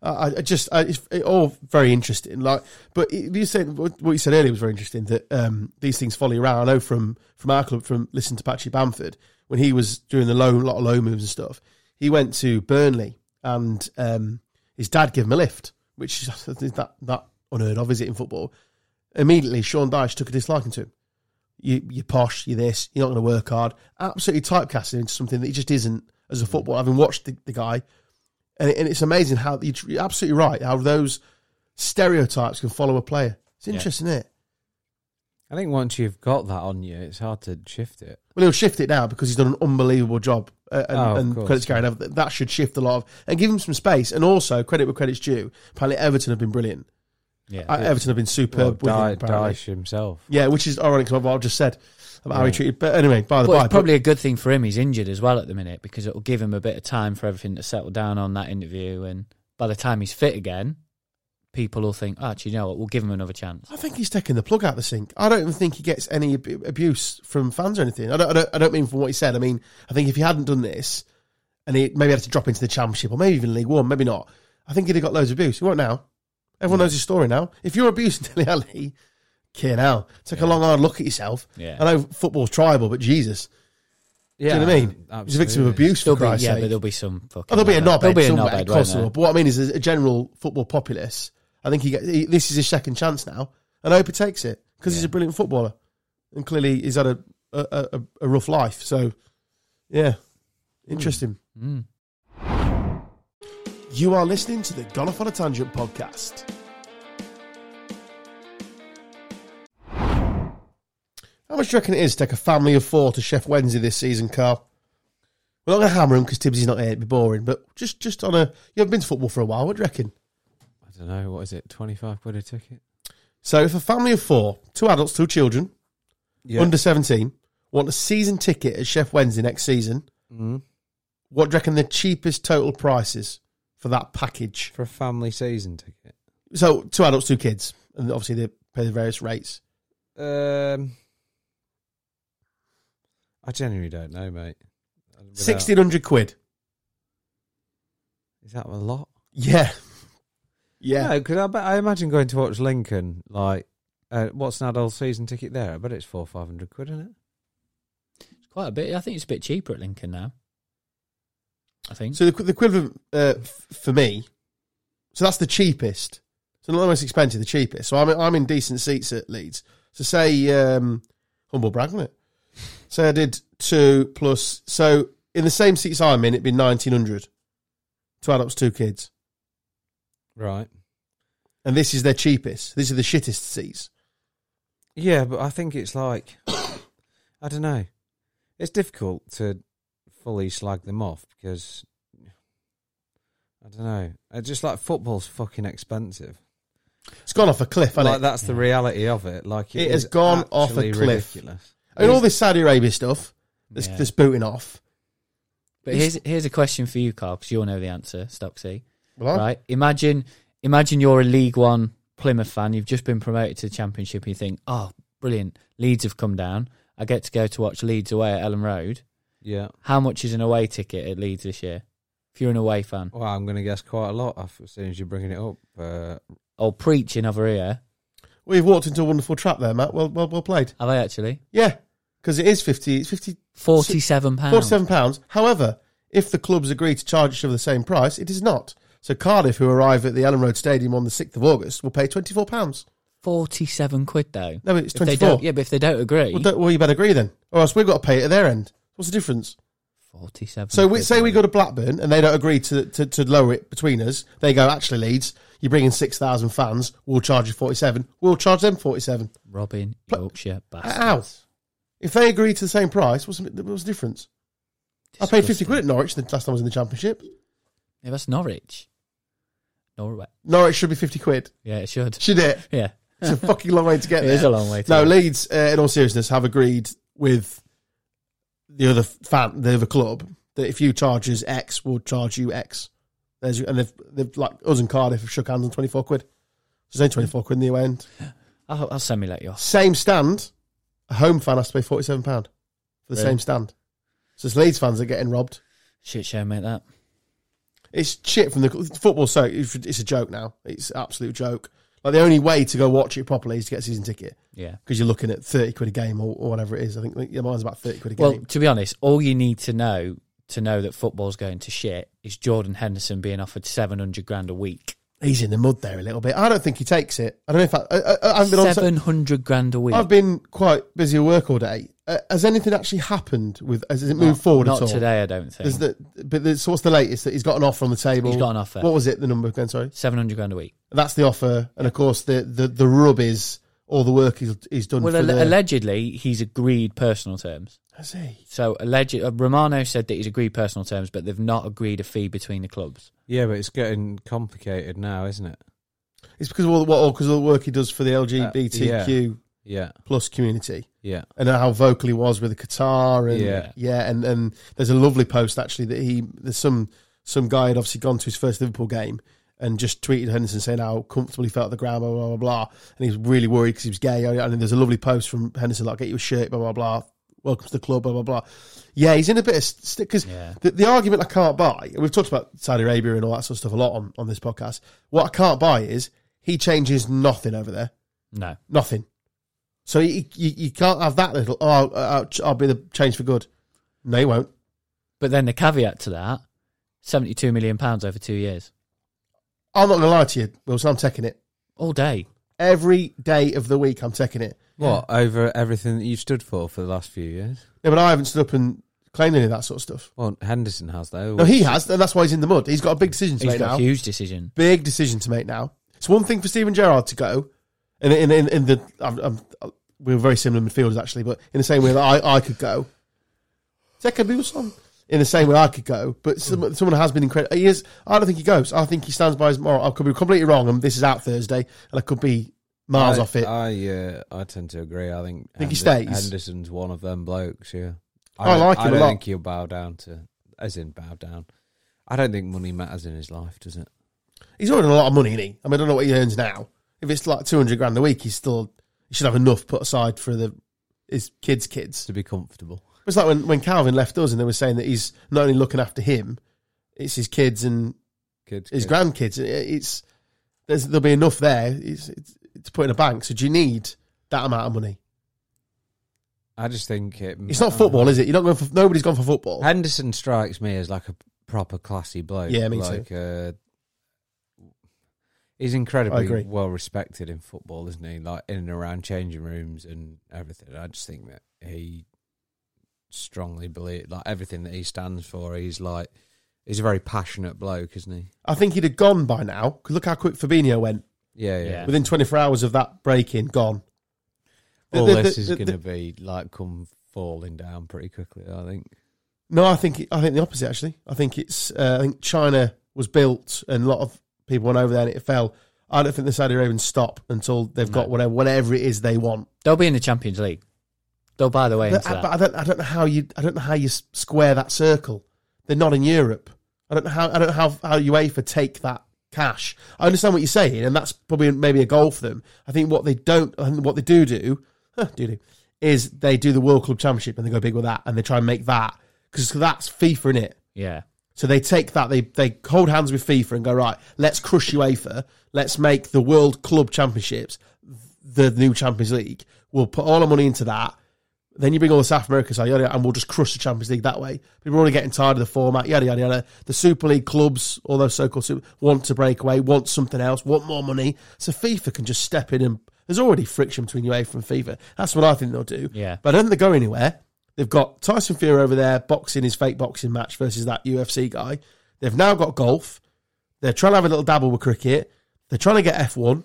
I, I, I just I, it's it all very interesting. Like, but it- you said what what you said earlier was very interesting that um, these things follow you around. I know from from our club from listening to Patrick Bamford when he was doing the low lot of low moves and stuff. He went to Burnley and um, his dad gave him a lift, which is is that that unheard of, is it in football? Immediately, Sean Dyche took a disliking to him. You, you're posh, you're this, you're not going to work hard. Absolutely typecasted into something that he just isn't as a footballer. Having watched the, the guy, and, it, and it's amazing how you tr- you're absolutely right how those stereotypes can follow a player. It's interesting, isn't it?
I think once you've got that on you, it's hard to shift it.
Well, he'll shift it now because he's done an unbelievable job. Uh, and
Oh, of
and
course.
credit's going over that that should shift a lot of and give him some space. And also credit where credit's due. Apparently, Everton have been brilliant.
Yeah.
Uh, Everton have been
Well,
superb. with him,
Dy-
apparently.
Dyche himself.
yeah, which is ironic because of what I've just said about how he treated. But anyway, by the
Well,
by,
it's probably a good thing for him. He's injured as well at the minute because it will give him a bit of time for everything to settle down on that interview. And by the time he's fit again, people will think, oh, actually, you know what? We'll give him another chance.
I think he's taking the plug out the sink. I don't even think he gets any ab- abuse from fans or anything. I don't, I don't. I don't mean from what he said. I mean, I think if he hadn't done this, and he maybe had to drop into the championship or maybe even League One, maybe not. I think he'd have got loads of abuse. He won't now. Everyone knows his story now. If you're abusing Dele Alli, kid out. Take a long hard look at yourself.
Yeah.
I know football's tribal, but Jesus,
Yeah,
do you know what I mean? He's a victim of abuse for
There'll be,
Christ's
yeah,
sake.
but there'll be some fucking.
Oh, there'll be a knobhead.
There'll be a
somewhere,
knobhead,
of course
won't
there
there?
will. But what I mean is, as a general football populace, I think he, gets, he this is his second chance now, and I hope he takes it because he's a brilliant footballer, and clearly he's had a a, a, a rough life. So, yeah, interesting.
Mm. Hmm.
You are listening to the Golf on a Tangent podcast. How much do you reckon it is to take a family of four to Chef Wednesday this season, Carl? We're not going to hammer him because Tibbsy's not here. It'd be boring. But just, just on a, you haven't been to football for a while. What do you reckon?
I don't know. What is it? Twenty-five quid a ticket.
So, if a family of four, two adults, two children,
Yeah.
under seventeen, want a season ticket at Chef Wednesday next season,
Mhm.
what do you reckon the cheapest total price is for that package?
for a family season ticket.
So, two adults, two kids, and obviously they pay the various rates.
Um, I genuinely don't know, mate. Without-
Sixteen hundred quid.
Is that a lot?
Yeah, yeah.
No, because I, bet- I imagine going to watch Lincoln. Like, uh, what's an adult season ticket there? I bet it's four five hundred quid, isn't it?
It's quite a bit. I think it's a bit cheaper at Lincoln now. I think.
So the, qu- the equivalent uh, f- for me, so that's the cheapest. So not the most expensive, the cheapest. So I'm I'm in decent seats at Leeds. So say um, humble brag, isn't it? So I did two plus. So in the same seats I'm in, it'd be nineteen hundred. Two adults, two kids,
Right.
and this is their cheapest. These are the shittest seats.
Yeah, but I think it's like, I don't know. It's difficult to fully slag them off because I don't know. It's just like football's fucking expensive.
It's gone off a cliff, hasn't
like
it?
that's the reality of it. Like
It
is
has gone off a
actually
cliff.
Ridiculous.
I mean, all this Saudi Arabia stuff that's,
Yeah.
that's booting off.
But here's here's a question for you, Carl, because you'll know the answer, Stocksy.
Well, I-
Right? Imagine imagine you're a League One Plymouth fan. You've just been promoted to the Championship. And you think, oh, brilliant! Leeds have come down. I get to go to watch Leeds away at Ellen Road.
Yeah.
How much is an away ticket at Leeds this year? If you're an away fan,
Well, I'm going to guess quite a lot af- as soon as you're bringing it up. Uh,
I'll preach in over here.
We've walked into a wonderful trap there, Matt. Well, well, well played.
Have I actually
Yeah, because it is fifty. It's fifty
forty-seven pounds?
Forty-seven pounds. However, if the clubs agree to charge each other the same price, it is not. So Cardiff, who arrive at the Ellen Road Stadium on the sixth of August, will pay twenty-four pounds.
47 quid though.
No, but it's
If they
24.
don't, yeah, but if they don't agree,
Well, don't- well, you better agree then, or else we've got to pay it at their end. What's the difference?
47.
So we
quid,
say we
though.
go to Blackburn and they don't agree to, to, to lower it between us. They go, actually, Leeds, you bring in 6,000 fans, we'll charge you 47. We'll charge them 47.
Robin
But-
Yorkshire bastards.
Ow. If they agree to the same price, what's, the- what's the difference? I paid 50
Disgusting.
quid at Norwich the last time I was in the Championship.
Yeah, that's Norwich. Norwich.
Norwich should be 50 quid.
Yeah, it should.
Should it?
Yeah.
It's a fucking long way to get
It
there.
is a long way to
No,
go.
Leeds, uh, in all seriousness, have agreed with the other fan, the other club, that if you charge us X, we'll charge you X. There's your- and they've, they've like us and Cardiff have shook hands on twenty four quid. There's only twenty four quid in the away end.
I'll, I'll simulate you.
Same stand, a home fan has to pay forty seven pound for the
Really?
same stand. So it's Leeds fans that are getting robbed.
Shit show, mate, that.
It's shit from the football. So it's it's a joke now. It's an absolute joke. Like the only way to go watch it properly is to get a season ticket
Yeah.
because you're looking at thirty quid a game or, or whatever it is. I think like, yeah, mine's about thirty quid a
Well,
game.
to be honest, all you need to know to know that football's going to shit is Jordan Henderson being offered 700 grand a week.
he's in the mud there a little bit. I don't think he takes it. I don't know if I, I, I, I have been on.
700 grand a week.
I've been quite busy at work all day. Uh, has anything actually happened with? Has it moved forward
Not
at all?
today, I don't think.
There's the, but there's, so what's the latest that he's got an offer on the table?
He's got an offer.
What was it? The number again? Sorry,
700 grand a week.
that's the offer. And of course, the the, the rub is all the work he's, he's done.
Well,
for
al-
the,
allegedly, he's agreed personal terms.
Has he?
So, alleged, uh, Romano said that he's agreed personal terms, but they've not agreed a fee between the clubs.
Yeah, but it's getting complicated now, isn't it?
It's because of all, what, all because of the work he does for the
Uh,
LGBTQ
Yeah,
plus community.
yeah.
and how vocal he was with Qatar and yeah,
Yeah.
and, and there's a lovely post actually that he there's some some guy had obviously gone to his first Liverpool game and just tweeted Henderson saying how comfortable he felt at the ground blah blah blah, blah. and he was really worried because he was gay and then there's a lovely post from Henderson like get you a shirt blah blah blah welcome to the club blah blah blah yeah he's in a bit of stick because
Yeah.
the, the argument I can't buy and we've talked about Saudi Arabia and all that sort of stuff a lot on on this podcast what I can't buy is he changes nothing over there
No.
Nothing. So you, you, you can't have that little, oh, I'll, I'll, I'll be the change for good. No, you won't.
But then the caveat to that, seventy-two million pounds over two years,
I'm not going to lie to you, Wilson. I'm taking it.
all day.
Every day of the week, I'm taking it.
What over everything that you've stood for for the last few years?
No, but I haven't stood up and claimed any of that sort of stuff.
Well, Henderson has though.
No, he has, and that's why he's in the mud. He's got a big decision to
He's
make
got
now.
a huge decision.
Big decision to make now. It's one thing for Steven Gerrard to go, and in, in, in the, I'm, I'm, we're very similar midfielders actually, but in the same way that I, I could go, Zeka Wilson. In the same way I could go, but some, someone has been incredible. He is. I don't think he goes. I think he stands by his moral. I could be completely wrong, and this is out Thursday, and I could be miles
I,
off it.
I uh, I tend to agree. I think
Think he stays?
Henderson's one of them blokes. Yeah,
I
don't-
like him
I
a
don't
lot.
think he'll bow down to, as in bow down. I don't think money matters in his life, does it?
he's earning a lot of money, isn't he? I mean, I don't know what he earns now. If it's like two hundred grand a week, he's still he should have enough put aside for the his kids' kids.
To be comfortable.
It's like when, when Calvin left us and they were saying that he's not only looking after him, it's his kids and
Kids,
his
kids.
grandkids. It- It's there's, there'll be enough there it's, it's, to put in a bank. So do you need that amount of money?
I just think it,
It's not football, is it? You're not going for nobody's gone for football.
Henderson strikes me as like a proper classy bloke.
Yeah, me too.
like, Uh, he's
I agree.
incredibly well respected in football, isn't he? Like in and around changing rooms and everything. I just think that he strongly believes like everything that he stands for. He's like he's a very passionate bloke, isn't he?
I think he'd have gone by now because look how quick Fabinho went
Yeah, yeah.
Yeah.
within 24 hours of that break in. Gone. The-
All
the-
this
the-
is
the-
going to be like come falling down pretty quickly. I think.
No, I think I think the opposite actually. I think it's uh, I think China was built and a lot of people went over there and it fell. I don't think the Saudi Arabians stop until they've got whatever whatever it is they want.
They'll be in the Champions League. They'll buy their way
But-
into that.
But I don't, I don't know how you, I don't know how you s- square that circle. They're not in Europe. I don't know how, I don't know how, how UEFA take that cash. I understand what you're saying, and that's probably maybe a goal for them. I think what they don't, I think what they do do, do do, is they do the World Club Championship and they go big with that, and they try and make that because that's FIFA in it.
yeah,
So they take that, they they hold hands with FIFA and go right, let's crush UEFA, let's make the World Club Championships the new Champions League. We'll put all our money into that. Then you bring all the South America side, yada, yada, and we'll just crush the Champions League that way. People are already getting tired of the format, yada yada yada. The Super League clubs, all those so-called super, want to break away, want something else, want more money. So FIFA can just step in and There's already friction between UEFA and FIFA. That's what I think they'll do.
Yeah.
But I don't think they go anywhere. They've got Tyson Fury over there boxing his fake boxing match versus that UFC guy. They've now got golf. They're trying to have a little dabble with cricket. They're trying to get F1.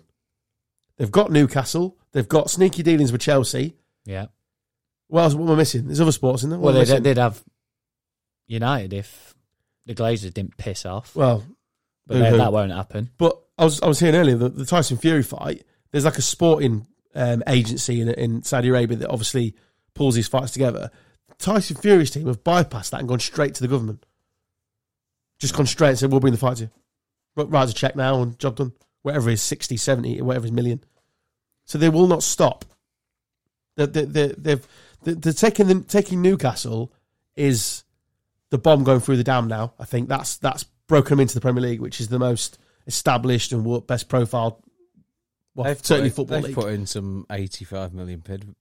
They've got Newcastle. They've got sneaky dealings with Chelsea.
Yeah.
Well, what am I missing? There's other sports in there. What
Well,
am I
they'd,
missing?
they'd have United if the Glazers didn't piss off,
well,
but that-
boo-hoo.
that won't happen.
But I was I was hearing earlier that the Tyson Fury fight. There's like a sporting um, agency in in Saudi Arabia that obviously pulls these fights together. Tyson Fury's team have bypassed that and gone straight to the government. Just gone straight and said, "We'll bring the fight to you. Right- Write a check now and job done. Whatever is 60, 70, whatever is million. So they will not stop. They're, they're, they're, they've they're, they're taking the, taking Newcastle is the bomb going through the dam now. I think that's that's broken them into the Premier League, which is the most established and what best profiled. Well,
They've put
certainly
in-
football
They've
league.
put in some eighty-five million bid,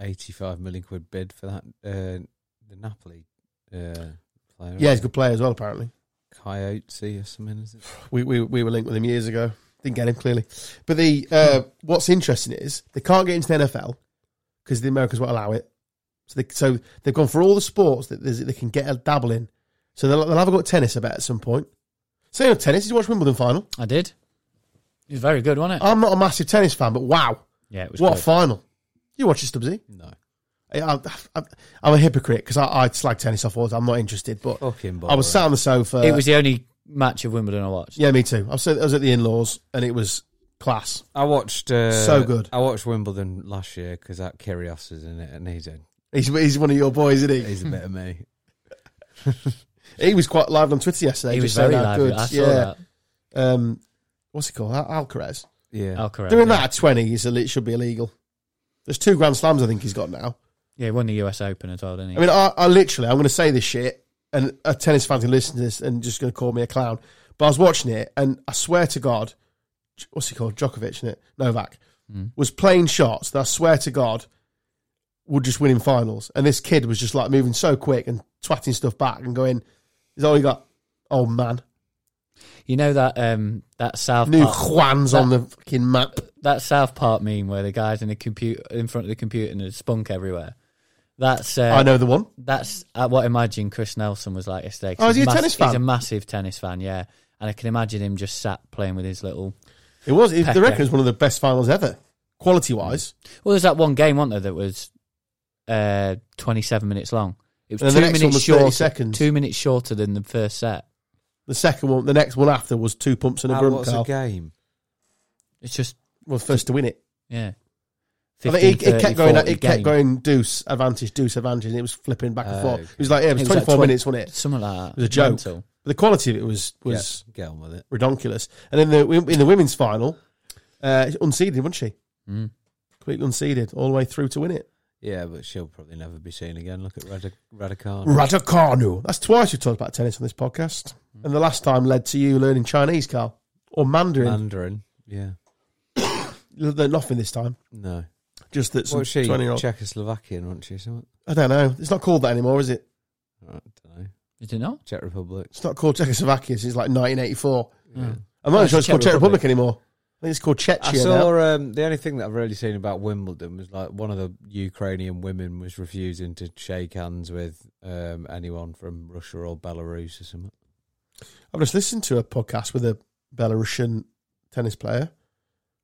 eighty-five million quid bid for that uh, the Napoli uh, player.
yeah, he's a good player as well. Apparently,
Coyote or something. Is it?
we, we we were linked with him years ago. Didn't get him clearly. But the uh, what's interesting is they can't get into the NFL because the Americans won't allow it. So they so they've gone for all the sports that there's- they can get a dabble in. So they'll, they'll have a go at tennis. I bet at some point. Saying of tennis, did you watch Wimbledon final?
I did. It was very good, wasn't it?
I'm not a massive tennis fan, but wow,
yeah, it was.
Oh, what a
good.
final! You watch it, Stubbsy.
No,
I, I, I, I'm a hypocrite because I, I slag tennis off all the time. I'm not interested, but
fucking. Boring.
I was sat on the sofa.
it was the only match of Wimbledon I watched.
yeah, me too. I was, I was at the in-laws, and it was class.
I watched. Uh,
So good.
I watched Wimbledon last year because that Kyrgios is in it, and he's in.
He's, he's one of your boys, isn't he?
He's a bit of me.
He was quite live on Twitter yesterday.
he was
just saying
very
how
live.
good-
I saw
yeah.
that.
Um, what's he called? Al- Alcaraz.
Yeah.
Alcaraz.
Doing
yeah.
that at 20 is a, it should be illegal. There's two Grand Slams I think he's got now.
Yeah, he won the US Open as well, didn't he?
I mean, I, I literally, I'm going to say this shit, and a tennis fan can listen to this and just going to call me a clown. But I was watching it, and I swear to God, J- what's he called? Djokovic, isn't it? Novak was playing shots that I swear to God would just win in finals. And this kid was just like moving so quick and twatting stuff back and going, he's only got, oh man,
you know that um that South
new
Park,
Juan's on the fucking map.
that South Park meme where the guys in the computer in front of the computer and there's spunk everywhere. That's uh,
I know the one.
That's uh, what I imagine Chris Nelson was like yesterday. 'cause
Oh, is
he's
he a tennis fan?
He's a massive tennis fan, yeah. And I can imagine him just sat playing with his little.
It was, it, they
Pepe.
reckon it was one of the best finals ever, quality wise.
Well, there's that one game, wasn't there, that was uh, 27 minutes long. It
And
was
then the
two
next one
minutes
was 30
shorter.
seconds.
Two minutes shorter than the first set.
The second one, the next one after was two pumps and a
How-
broom,
what's
Carl.
a game?
It's just
Well, first to win it.
yeah.
I think it,
15,
it kept
30,
going.
40
It kept
game.
going. Deuce advantage, deuce advantage, and it was flipping back and
Oh,
forth.
okay.
It was like yeah, it was,
It was like
twenty four
twen-
minutes, wasn't it?
Something like that.
It was a joke.
Mental.
But the quality of it was was
Yeah, get on with it.
redonkulous. And in the in the women's final, uh, unseeded, wasn't she?
Mm.
Completely unseeded all the way through to win it.
Yeah, but she'll probably never be seen again. Look at Radic- Radicano.
Raducanu. That's twice we've talked about tennis on this podcast, and the last time led to you learning Chinese, Carl, or Mandarin.
Mandarin. Yeah.
L- Nothing this time.
No.
Just that some
What's she?
twenty year old.
Czechoslovakian, wasn't she? Something?
I don't know. It's not called that anymore, is it?
I don't know.
Is it not?
Czech Republic.
It's not called Czechoslovakia since like 1984.
Yeah.
I'm not
Oh,
sure it's
it's
called Czech
Czech
Republic anymore. I think it's called
I
Chechia now.
saw um, the only thing that I've really seen about Wimbledon was like one of the Ukrainian women was refusing to shake hands with um, anyone from Russia or Belarus or something.
I've just listened to a podcast with a Belarusian tennis player.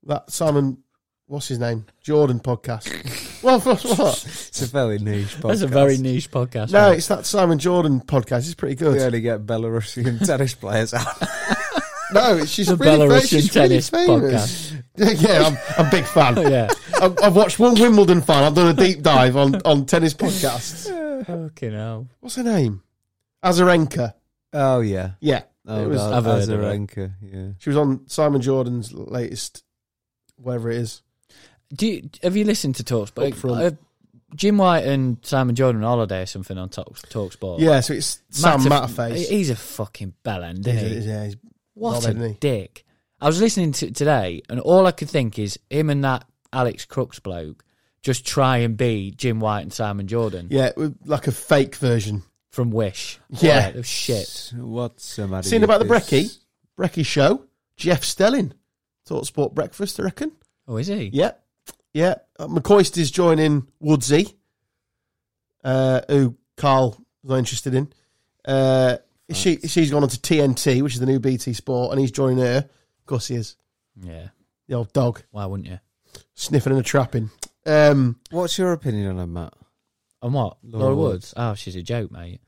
That Simon, what's his name? Jordan podcast. well, what? what?
It's a fairly niche podcast.
That's a very niche podcast.
No,
right?
it's that Simon Jordan podcast. It's pretty good.
We only get Belarusian tennis players out.
No, it's, she's
The
really fa-
Belarusian
she's
tennis
really famous. yeah, I'm, I'm a big fan.
yeah.
I've, I've watched one Wimbledon fan. I've done a deep dive on, on tennis podcasts.
Fucking hell.
What's her name? Azarenka.
oh yeah,
Yeah,
oh,
it was
God,
I've heard of it.
Azarenka. Yeah,
She was on Simon Jordan's latest, whatever it is.
Do you, have you listened to Talks?
Up front.
uh, Jim White and Simon Jordan on holiday or something on Talks Talksport.
Yeah, so it's Sam
Matterf-
Matterface.
He's a fucking bellend,
He's-
isn't he?
he's- yeah, he's-
What
Bob, isn't
a
he?
dick. I was listening to it today, and all I could think is him and that Alex Crooks bloke just try and be Jim White and Simon Jordan
yeah, with, like a fake version.
from Wish.
Yeah.
What a load of shit.
What's the matter?
Seen
with
about the
this?
Brecky? Brecky show. Jeff Stelling. Talk Sport Breakfast, I reckon.
Oh, is he?
Yeah, yeah. Uh, McCoyster's joining Woodsy, uh, who Carl was not interested in. Uh, she she's gone on to TNT, which is the new BT Sport, and he's joining her. Of course, he is
Yeah.
the old dog
Why wouldn't you?
sniffing and a trapping. Um,
What's your opinion on him, Matt?
And what?
Laura
Laura,
Woods.
Woods. Oh, she's a joke, mate.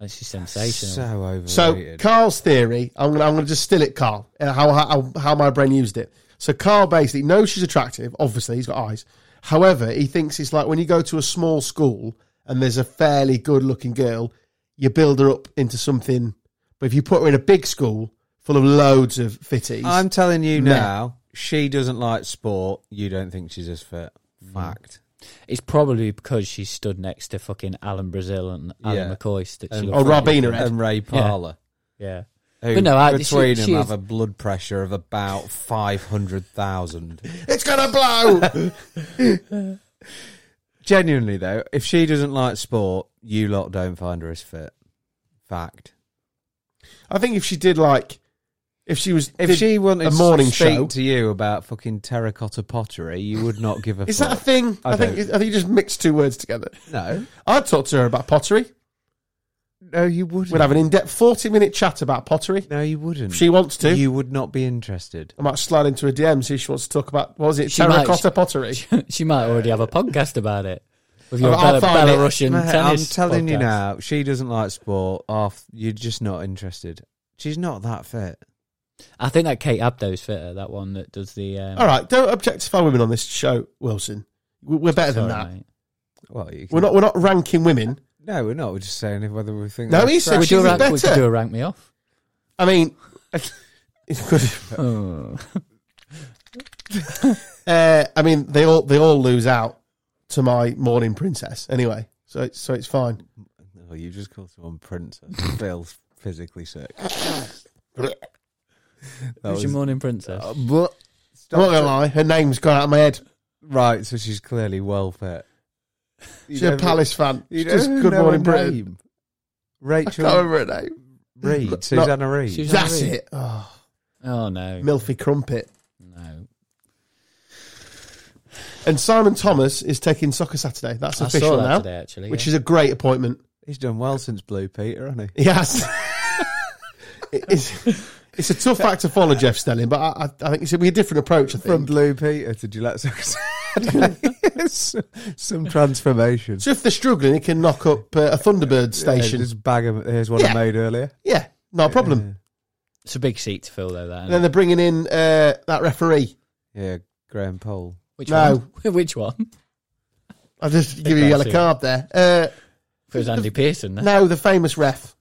And she's sensational.
So
so
overrated.
Carl's theory, I'm gonna I'm gonna just still it, Carl. uh, How how how my brain used it. So Carl basically knows she's attractive. Obviously, he's got eyes. However, he thinks it's like when you go to a small school and there's a fairly good-looking girl, you build her up into something. But if you put her in a big school full of loads of fitties,
I'm telling you
No.
now, she doesn't like sport. You don't think she's as fit. Fact.
It's probably because she stood next to fucking Alan Brazil and Alan
Yeah.
McCoy that she
And-
looked
or
like.
Robina Red.
And Ray Parler.
Yeah.
Who,
But no, I- she-
between them
she
have
is-
a blood pressure of about 500,000.
It's gonna blow.
Genuinely, though, if she doesn't like sport, you lot don't find her as fit. Fact.
I think if she did like, if she was,
If
did-
she wanted
a morning
to speak
show.
to you about fucking terracotta pottery, you would not give a
is
fuck.
that a thing?
I
I, think
don't-
I think you just mixed two words together.
No.
I'd talk to her about pottery.
No, you wouldn't.
We'd have an in-depth forty-minute chat about pottery.
no, you wouldn't.
If she wants to,
You would not be interested.
I might slide into a DM see if she wants to talk about what was it
She might-
terracotta pottery.
she might already have a podcast about it with your
I'll
Bel-
find it.
Belarusian
Mate, I'm
tennis.
telling you
podcast.
now, she doesn't like sport. Half, you're just not interested. She's not that fit.
I think that Kate Abdo's fitter. That one that does the. Um,
All right, don't objectify women on this show, Wilson. We- We're better than
sorry,
that.
mate.
Well, you can,
We're not. We're not ranking women.
No, we're not. We're just saying if whether we think.
No,
they're
he said
attractive.
We, do
She's
rank, we
better.
could do a rank me off.
I mean, it's good.
Oh.
Uh, I mean, they all they all lose out to my morning princess anyway. So it's, so it's fine.
Oh, you just called someone princess. Feels physically sick. That
Who's
was-
your morning princess?
Oh,
Uh, but-
I'm not gonna lie, her name's gone out of my head.
Right, so she's clearly well fit. You
She's
don't-
a Palace fan.
you
She's
don't
just
even
Good
know
Morning
her
Britain.
name.
I can't
Rachel
remember her name.
Reed, Susanna Reed.
She's-
That's
Reed.
it. Oh,
oh no,
Milfy Crumpet.
no.
And Simon Thomas is taking Soccer Saturday. That's
I
official
saw that
now,
today actually.
which
yeah.
is a great appointment.
He's done well since Blue Peter, hasn't he?
Yes. it's, it's a tough act to follow, Jeff Stelling, but I, I, I think it's a, a different approach. I think.
From Blue Peter to Gillette Circus. Some transformation.
so if they're struggling, it can knock up uh, a Thunderbird
Yeah,
station. Yeah,
just bag 'em. Here's what I
Yeah.
made earlier.
no problem.
it's a big seat to fill though. That
And then they're bringing in uh, that referee.
Yeah, Graham Pole.
which
no.
one? which one?
I'll just give you a
I
yellow
see.
card there. Uh,
If it was Andy Pearson. then.
no, the famous ref.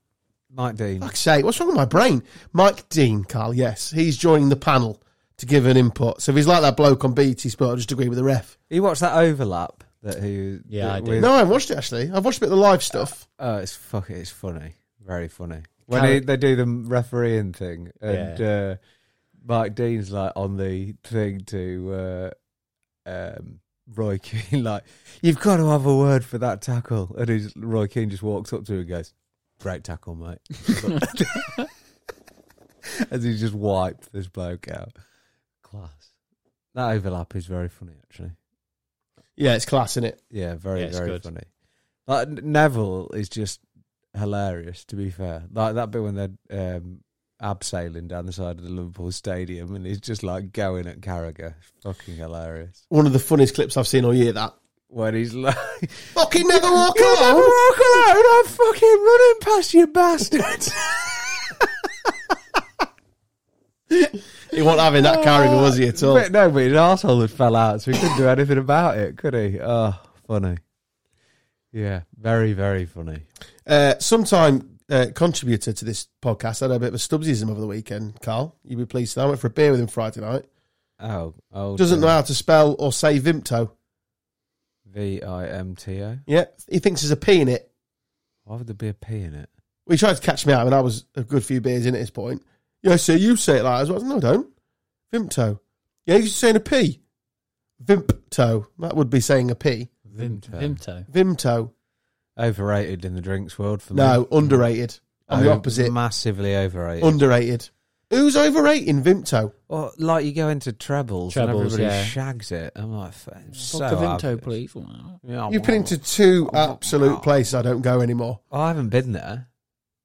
Mike Dean.
Fuck's sake, what's wrong with my brain? Mike Dean, Carl, yes. He's joining the panel to give an input. So if he's like that bloke on BT Sport, I just agree with the ref.
You watched that overlap that he.
Yeah,
that
I did.
with-
No, I haven't watched it actually. I've watched a bit of the live stuff.
Oh, it's fuck. It's funny, very funny. When
Carrot-
they, they do the refereeing thing, and uh, Mike Dean's like on the thing to uh, um, Roy Keane, like you've got to have a word for that tackle, and he's, Roy Keane just walks up to him and goes, "Great tackle, mate," as he just wiped this bloke out. Class. That overlap is very funny, actually.
Yeah, it's class, is it?
Yeah, very,
Yeah, it's
very
good.
funny. Like N- Neville is just hilarious. To be fair, like that bit when they're um, abseiling down the side of the Liverpool Stadium, and he's just like going at Carragher. Fucking hilarious.
One of the funniest clips I've seen all year, that.
When he's like,
Fucking never walk
"You'll never
alone!
walk alone. I'm fucking running past you, bastards."
He wasn't having that Carragher, was he, at all?
But no, but his asshole had fell out, so he couldn't do anything about it, could he? Oh, funny. Yeah, very, very funny.
Uh, sometime uh, contributor to this podcast had a bit of a Stubbsism over the weekend, Carl. You'd be pleased to know. I went for a beer with him Friday night.
Oh, oh,
Doesn't know how to spell or say Vimto.
V I M T O.
Yeah, he thinks there's a P in it.
Why would there be a P in it?
Well, he tried to catch me out, and I was a good few beers in at this point. Yeah, so you say it like that as well. No, I don't. Vimto. Yeah, you're saying a P. Vimpto. That would be saying a P.
Vimto.
Vimto.
Vimto.
Overrated in the drinks world for me.
No, underrated. I'm the
Oh,
opposite.
Massively overrated.
Underrated. Who's overrating Vimto?
Well, like you go into trebles, and
Trebles,
everybody
yeah.
shags it. I'm like, f- so
Vinto,
out-
please.
Yeah,
You've
well,
been into two
Oh, wow.
absolute places I don't go anymore.
I haven't been there.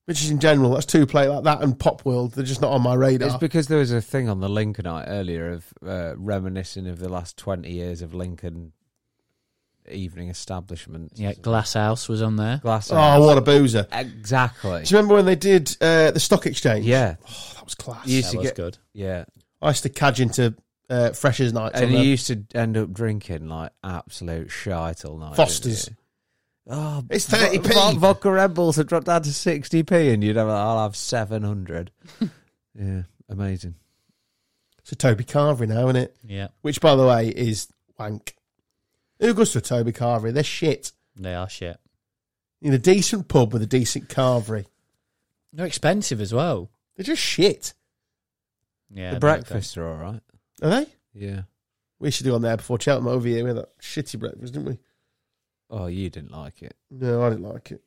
Which is in general, that's two play like that and Pop World. They're just not on my radar.
It's because there was a thing on the Lincoln night earlier of uh, reminiscing of the last 20 years of Lincoln evening establishments.
Yeah, Glass House was on there.
Glass.
oh, what a boozer!
Exactly.
Do you remember when they did uh, the stock exchange?
Yeah.
oh, that was class.
You used
That
to
was
get.
good.
Yeah.
I used to cadge into uh, freshers' nights.
And
on
you
the-
used to end up drinking like absolute shite all night. didn't
Foster's.
you? Oh,
It's
vo-
30p.
vo- Vodka Red Bulls had dropped down to 60p, and you'd have, I'll have 700. yeah, amazing.
it's a Toby Carvery now, isn't it?
Yeah,
Which, by the way, is wank. Who goes to a Toby Carvery? They're shit.
they are shit.
You need a decent pub with a decent Carvery.
They're expensive as well.
They're just shit,
Yeah,
the
no,
breakfasts are all right.
are they?
Yeah.
We should do on there before Cheltenham over here. We had that shitty breakfast, didn't we?
Oh, you didn't like it.
No, I didn't like it.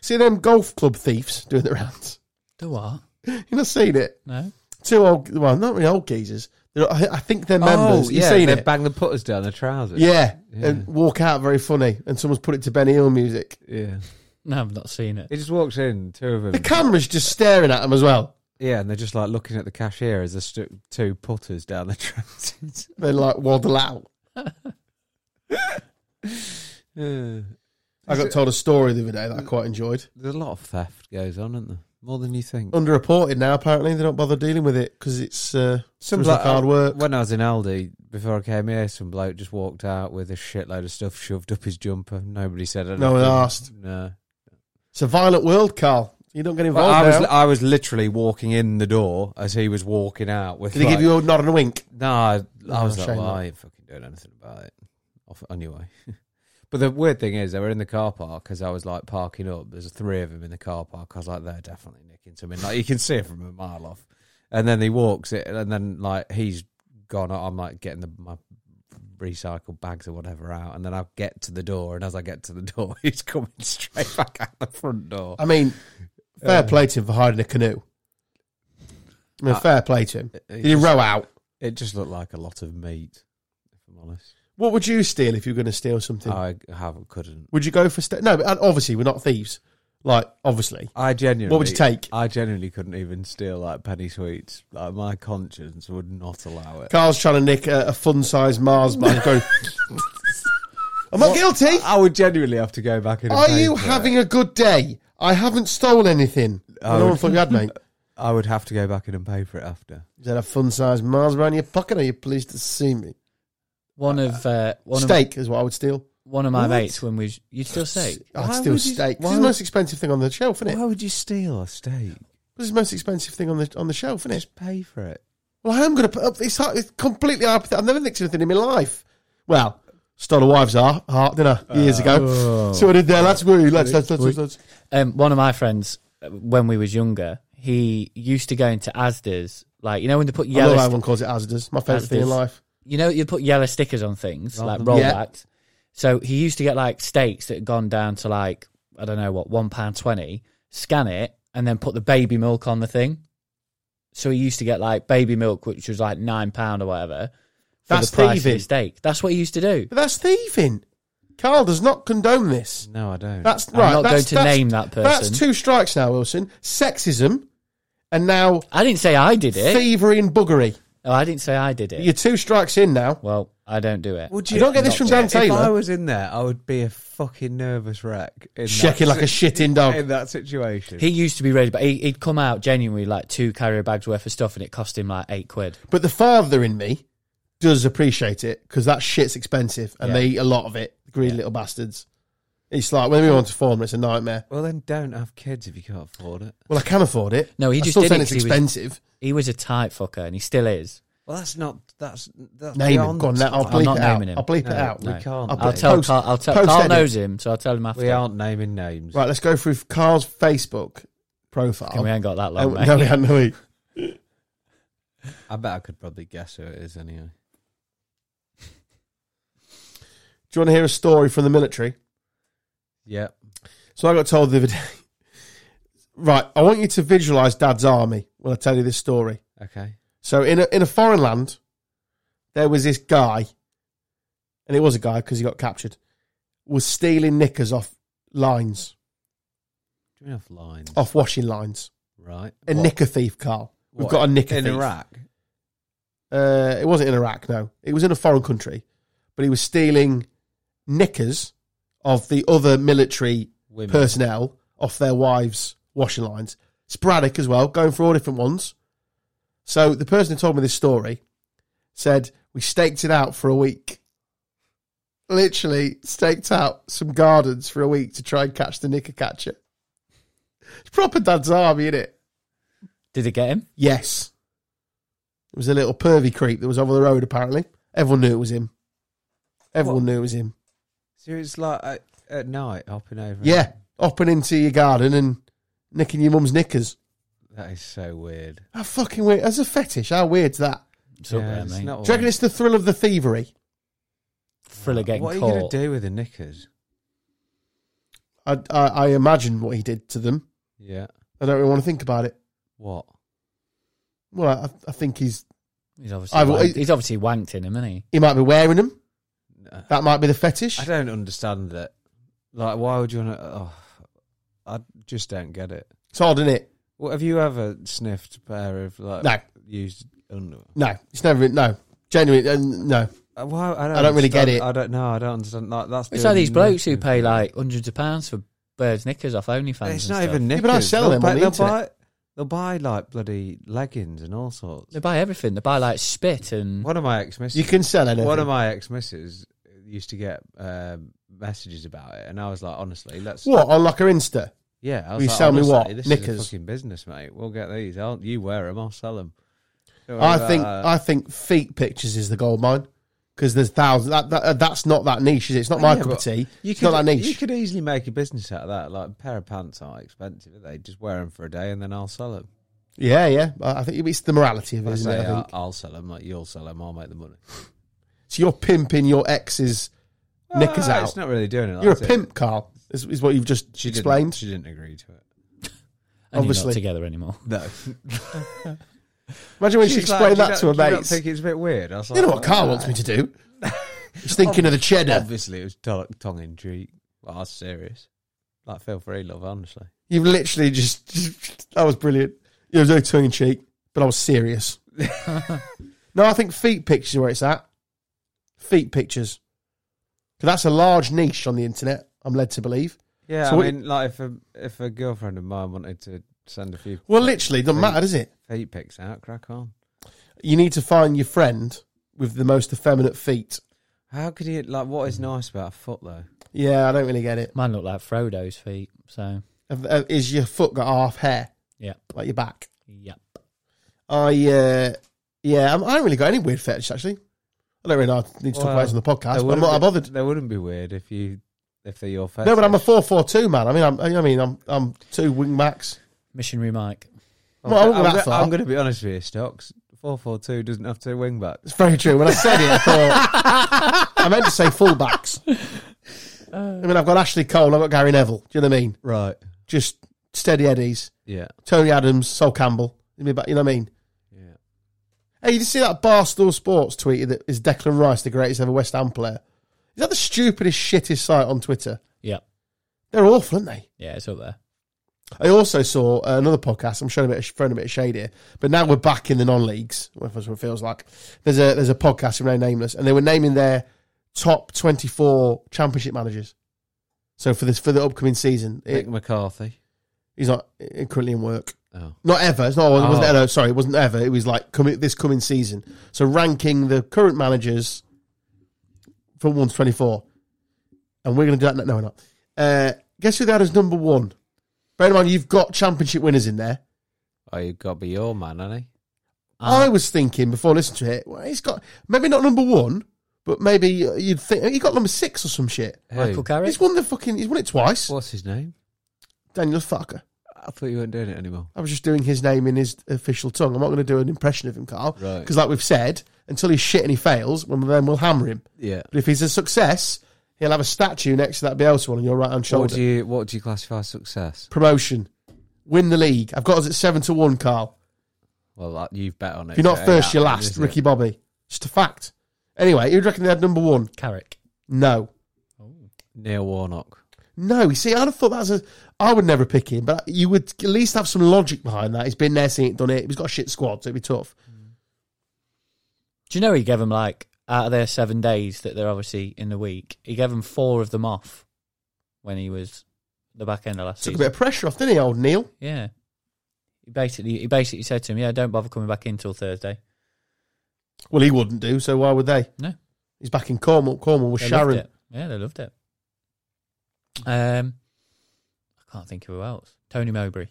See them golf club thieves doing the rounds.
they- The what?
You not seen it?
No.
Two old, well, not really old geezers. They're- I I think they're members.
Oh,
you
yeah,
seen
they
it?
bang the putters down the trousers.
Yeah,
Yeah.
and walk out very funny. And someone's put it to Benny Hill music.
Yeah.
No, I've not seen it.
He just walks in, two of them.
The camera's just staring at them as well.
yeah, and they're just like looking at the cashier as there's stu- two putters down the trousers.
They like waddle out.
yeah.
I got told a story the other day that I quite enjoyed.
There's a lot of theft goes on, isn't there? More than you think.
Underreported now, apparently. They don't bother dealing with it because it's uh, seems like hard work.
When I was in Aldi before I came here, some bloke just walked out with a shitload of stuff shoved up his jumper. Nobody said anything.
one asked.
No.
It's a violent world, Carl. You don't get
But
involved.
I was
now.
I was literally walking in the door as he was walking out with.
Did he
like-
give you a nod and a wink?
No, I, I
Oh,
was like,
shame
well,
that.
I ain't fucking doing anything about it. Off anyway. but the weird thing is, they were in the car park because I was like parking up. There's three of them in the car park. I was like, they're definitely nicking something. Like you can see it from a mile off. And then he walks it, and then like he's gone. I'm like getting the my recycled bags or whatever out, and then I get to the door, and as I get to the door, he's coming straight back out the front door.
I mean, fair play to him for hiding a canoe. I mean,
uh, Uh,
fair play to him.
It
Did he
just,
row out?
it just looked like a lot of meat, if I'm honest.
What would you steal if you were going to steal something?
I haven't, couldn't.
would you go for st- no? But uh, obviously, we're not thieves. Like obviously,
I genuinely.
what would you take?
I genuinely couldn't even steal like penny sweets. Like my conscience would not allow it.
Carl's trying to nick a, a fun-sized Mars bar. and Going, I'm not guilty.
I would genuinely have to go back in. and
Are
pay
you
for it.
having a good day? I haven't stolen anything.
I
no one
would-
thought you had, mate.
I would have to go back in and pay for it after.
Oh. Is that a fun-sized Mars bar in your pocket? Are you pleased to see me?
One of uh, one of
steak is what I would steal.
one of my
What?
mates when we you'd still say
I'd
Why
steal
would you-
steak.
why
It's the
would-
most expensive thing on the shelf, isn't it?
Why would you steal a steak?
This is the most expensive thing on the on the shelf, isn't it?
Just pay for it.
Well, I am going to put up. It's, hy- it's completely hypothetical. I've never nicked anything in my life. Well, stole a wife's heart, heart didn't I, years ago? So I did there. Let's woo. Let's let's let's let's. let's.
um, one of my friends uh, when we was younger, he used to go into Asda's, like you know when they put
I love
yellow,
how
sti-
everyone calls it Asda's. My favorite thing in
Asda's.
life.
you know you put yellow stickers on things
Rather
like
than-
rollbacks. So he used to get like steaks that had gone down to like I don't know what one pound twenty. Scan it and then put the baby milk on the thing. So he used to get like baby milk, which was like nine pound or whatever. For
That's
the price of
thieving.
the steak. That's what he used to do.
But that's thieving. Carl does not condone this.
No, I don't.
That's
I'm
right.
not
that's,
going to
that's-
name that person.
That's two strikes now, Wilson. Sexism, and now
I didn't say I did it.
thievery and buggery.
Oh, I didn't say I did it.
You're two strikes in now.
Well, I don't do it.
Would
you don't get this from Dan
If
Taylor?
I was in there, I would be a fucking nervous wreck. In that
Shaking like a
si-
shitting dog.
in that situation.
He used to be ready, but he, he'd come out genuinely like two carrier bags worth of stuff, and it cost him like eight quid.
But the father in me does appreciate it because that shit's expensive and
Yeah.
they eat a lot of it. The greedy little bastards. It's like when we want to form, it's a nightmare.
well, then don't have kids if you can't afford it.
Well, I can afford it.
No, he
I
just
still
did
saying
it
it's
'cause he was-
expensive.
He was a tight fucker, and he still is.
Well, that's not. That's that's
Name him.
beyond-
Go on, let- I'll
I'm
bleep
not
it out.
naming him.
I'll bleep it
No,
out.
we
I'll
can't. I'll
I'll
put-
tell
post-
Carl. I'll tell
post
Carl
edit.
knows him, so I'll tell him after.
We aren't naming names.
Right, let's go through Carl's Facebook
And we
profile.
ain't got that
Oh,
long. mate.
no, we haven't. have we?
I bet I could probably guess who it is anyway.
Do you want to hear a story from the military?
Yep.
So I got told the other day. Right, I want you to visualize Dad's army when I tell you this story.
Okay.
So in a, in a foreign land, there was this guy, and it was a guy because he got captured, was stealing knickers off lines,
Do we have lines?
off washing lines.
Right.
Oh, A
What?
knicker thief, Carl. We've
What,
got a knicker
in
thief.
Iraq.
Uh, it wasn't in Iraq, no. It was in a foreign country, but he was stealing knickers of the other military
Women.
personnel off their wives' washing lines. Sporadic as well, going for all different ones. So the person who told me this story said we staked it out for a week. Literally staked out some gardens for a week to try and catch the knicker catcher. It's proper dad's army, is it?
Did it get him?
Yes. It was a little pervy creep that was over the road, apparently. Everyone knew it was him. Everyone knew it was him.
So it's like at, at night hopping over.
Yeah. Hopping into your garden and nicking your mum's knickers.
That is so weird.
How fucking weird. That's a fetish. How weird's that?
It's up
Oh, Yeah,
there,
it's
mate.
not
Do you reckon
all-
it's the thrill of the thievery?
Thriller getting
What are you
caught.
going to do with the knickers?
I, I, I imagine what he did to them.
Yeah.
I don't really want to think about it.
What?
Well, I, I think he's
He's obviously,
I've-
wanked, he's obviously wanked in him, isn't he?
he might be wearing them.
No.
That might be the fetish.
I don't understand that. Like, why would you want to? Oh, I just don't get it.
It's odd, isn't it?
Well, have you ever sniffed a pair of like
No.
used underwear?
No, it's never no genuine. Uh, no,
Uh, Why? I don't,
I don't really get
understand-
it.
I don't know. I don't understand. Like, that's
It's
doing
like these blokes who
nothing.
pay like hundreds of pounds for birds knickers off OnlyFans.
It's
and stuff.
not even
Yeah,
knickers.
but I sell
they'll
them
buy,
on the
they'll
internet.
Buy, they'll buy like bloody leggings and all sorts.
They buy everything. They buy like spit and
One of my ex misses.
you can sell anything.
One of my ex misses used to get um, messages about it, and I was like, honestly, let's
what on like her Insta?
Yeah, I
Will you
was like,
sell me
honestly,
what?
This
Knickers?
is a fucking business, mate. We'll get these. I'll, you wear them. I'll sell them.
I
uh,
think I think feet pictures is the gold mine because there's thousands. That, that uh, that's not that niche. Is it? It's not my cup of tea.
You
it's
could,
not that
you
niche.
could easily make a business out of that. Like a pair of pants aren't expensive. Are they just wear them for a day and then I'll sell them.
yeah, yeah. I I think it's the morality of it,
I
isn't
say, uh,
it? I
I'll,
think.
I'll sell them. Like you'll sell them. I'll make the money.
So you're pimping your ex's knickers
Ah,
out.
It's not really doing it.
You're a
that's it.
pimp, Carl. Is, is what you've just
She
explained.
Didn't, she didn't agree to it.
and you're
obviously.
not together anymore.
No.
Imagine when she explained that to her
mate.
mates.
think it's a bit weird. I was like,
You know what
"Oh,
Carl wants me to do? He's thinking of the cheddar.
Obviously, it was to- tongue in cheek. Well, I was serious. Like, feel free, love. Honestly.
You've literally just, just- that was brilliant. It was no tongue in cheek, but I was serious. no, I think feet pictures are where it's at. Feet pictures. 'Cause that's a large niche on the internet, I'm led to believe.
Yeah,
So
I
what-
mean, like if a if a girlfriend of mine wanted to send a few
Well, literally, it doesn't matter, does it?
feet pics out, crack on.
You need to find your friend with the most effeminate feet.
How could you like? What is nice about a foot though?
Yeah, I don't really get it.
Mine look like Frodo's feet. So
Have- uh, Is your foot got half hair,
yeah,
like your back?
yep.
I uh, yeah, I'm, I don't really got any weird fetish actually. I don't really know. I need to talk about
Well,
this on the podcast. But
They
I'm
wouldn't
not
be-
bothered.
They wouldn't be weird if you if they're your face.
No, but I'm a four four two man. I mean, I'm, I mean, I'm I'm two wing max.
Missionary Mike.
well, I wouldn't go
I'm,
that
go-
far.
I'm going to be honest with you, Stocks. Four four two doesn't have two wing backs.
It's very true. When I said it, I thought I meant to say full backs. I mean, I've got Ashley Cole. I've got Gary Neville. Do you know what I mean?
Right.
Just steady Eddies.
Yeah.
Tony Adams, Sol Campbell. You know what I mean?
Yeah.
Hey, you did see that Barstool Sports tweeted that is Declan Rice the greatest ever West Ham player? Is that the stupidest, shittest site on Twitter?
Yep.
They're awful, aren't they?
Yeah, it's up there.
I also saw uh, another podcast. I'm showing a bit of, throwing a bit of shade here, but now we're back in the non-leagues. well, That's what it feels like. There's a there's a podcast from Nameless, and they were naming their top 24 championship managers. So for this for the upcoming season, it-
Mick McCarthy.
he's not uh, currently in work.
Oh.
Not ever. It's not. It wasn't
Oh.
ever. Sorry, it wasn't ever. It was like coming this coming season. So ranking the current managers from one to 24, and we're going to do that. No, we're not. Uh, guess who they had as number one? Bear in mind, you've got championship winners in there.
Oh, you've got to be your man, hasn't he? Ah.
I was thinking before listening to it, well, he's got maybe not number one, but maybe you'd think he got number six or some shit.
Michael Carrick.
He's won the fucking, he's won it twice.
What's his name?
Daniel Farker.
I thought you weren't doing it anymore.
I was just doing his name in his official tongue. I'm not going to do an impression of him, Carl, because
Right.
like we've said, until he's shit and he fails, well, then we'll hammer him.
Yeah.
But if he's a success, he'll have a statue next to that Bielsa one on your right hand
What
shoulder.
do you What do you classify as success?
Promotion, win the league. I've got us at seven to one, Carl.
Well, that, you've bet on it.
If you're not
so it
first, you're
happens,
last.
isn't it?
Ricky Bobby. Just a fact. Anyway, who'd reckon they had number one?
Carrick.
No.
Neil Warnock.
No, you see, I'd have thought that was a. I would never pick him, but you would at least have some logic behind that. He's been there, seen it, done it. He's got a shit squad, so it'd be tough.
Do you know he gave them like out of their seven days that they're obviously in the week? He gave them four of them off when he was the back end of last
Took a
season.
bit of pressure off, didn't he, old Neil?
Yeah. He basically he basically said to him, "Yeah, don't bother coming back in till Thursday."
Well, he wouldn't do, so why would they?
No.
He's back in Cornwall. Cornwall with
They
Sharon.
loved it. Yeah, they loved it. Um, I can't think of who else. Tony Mowbray.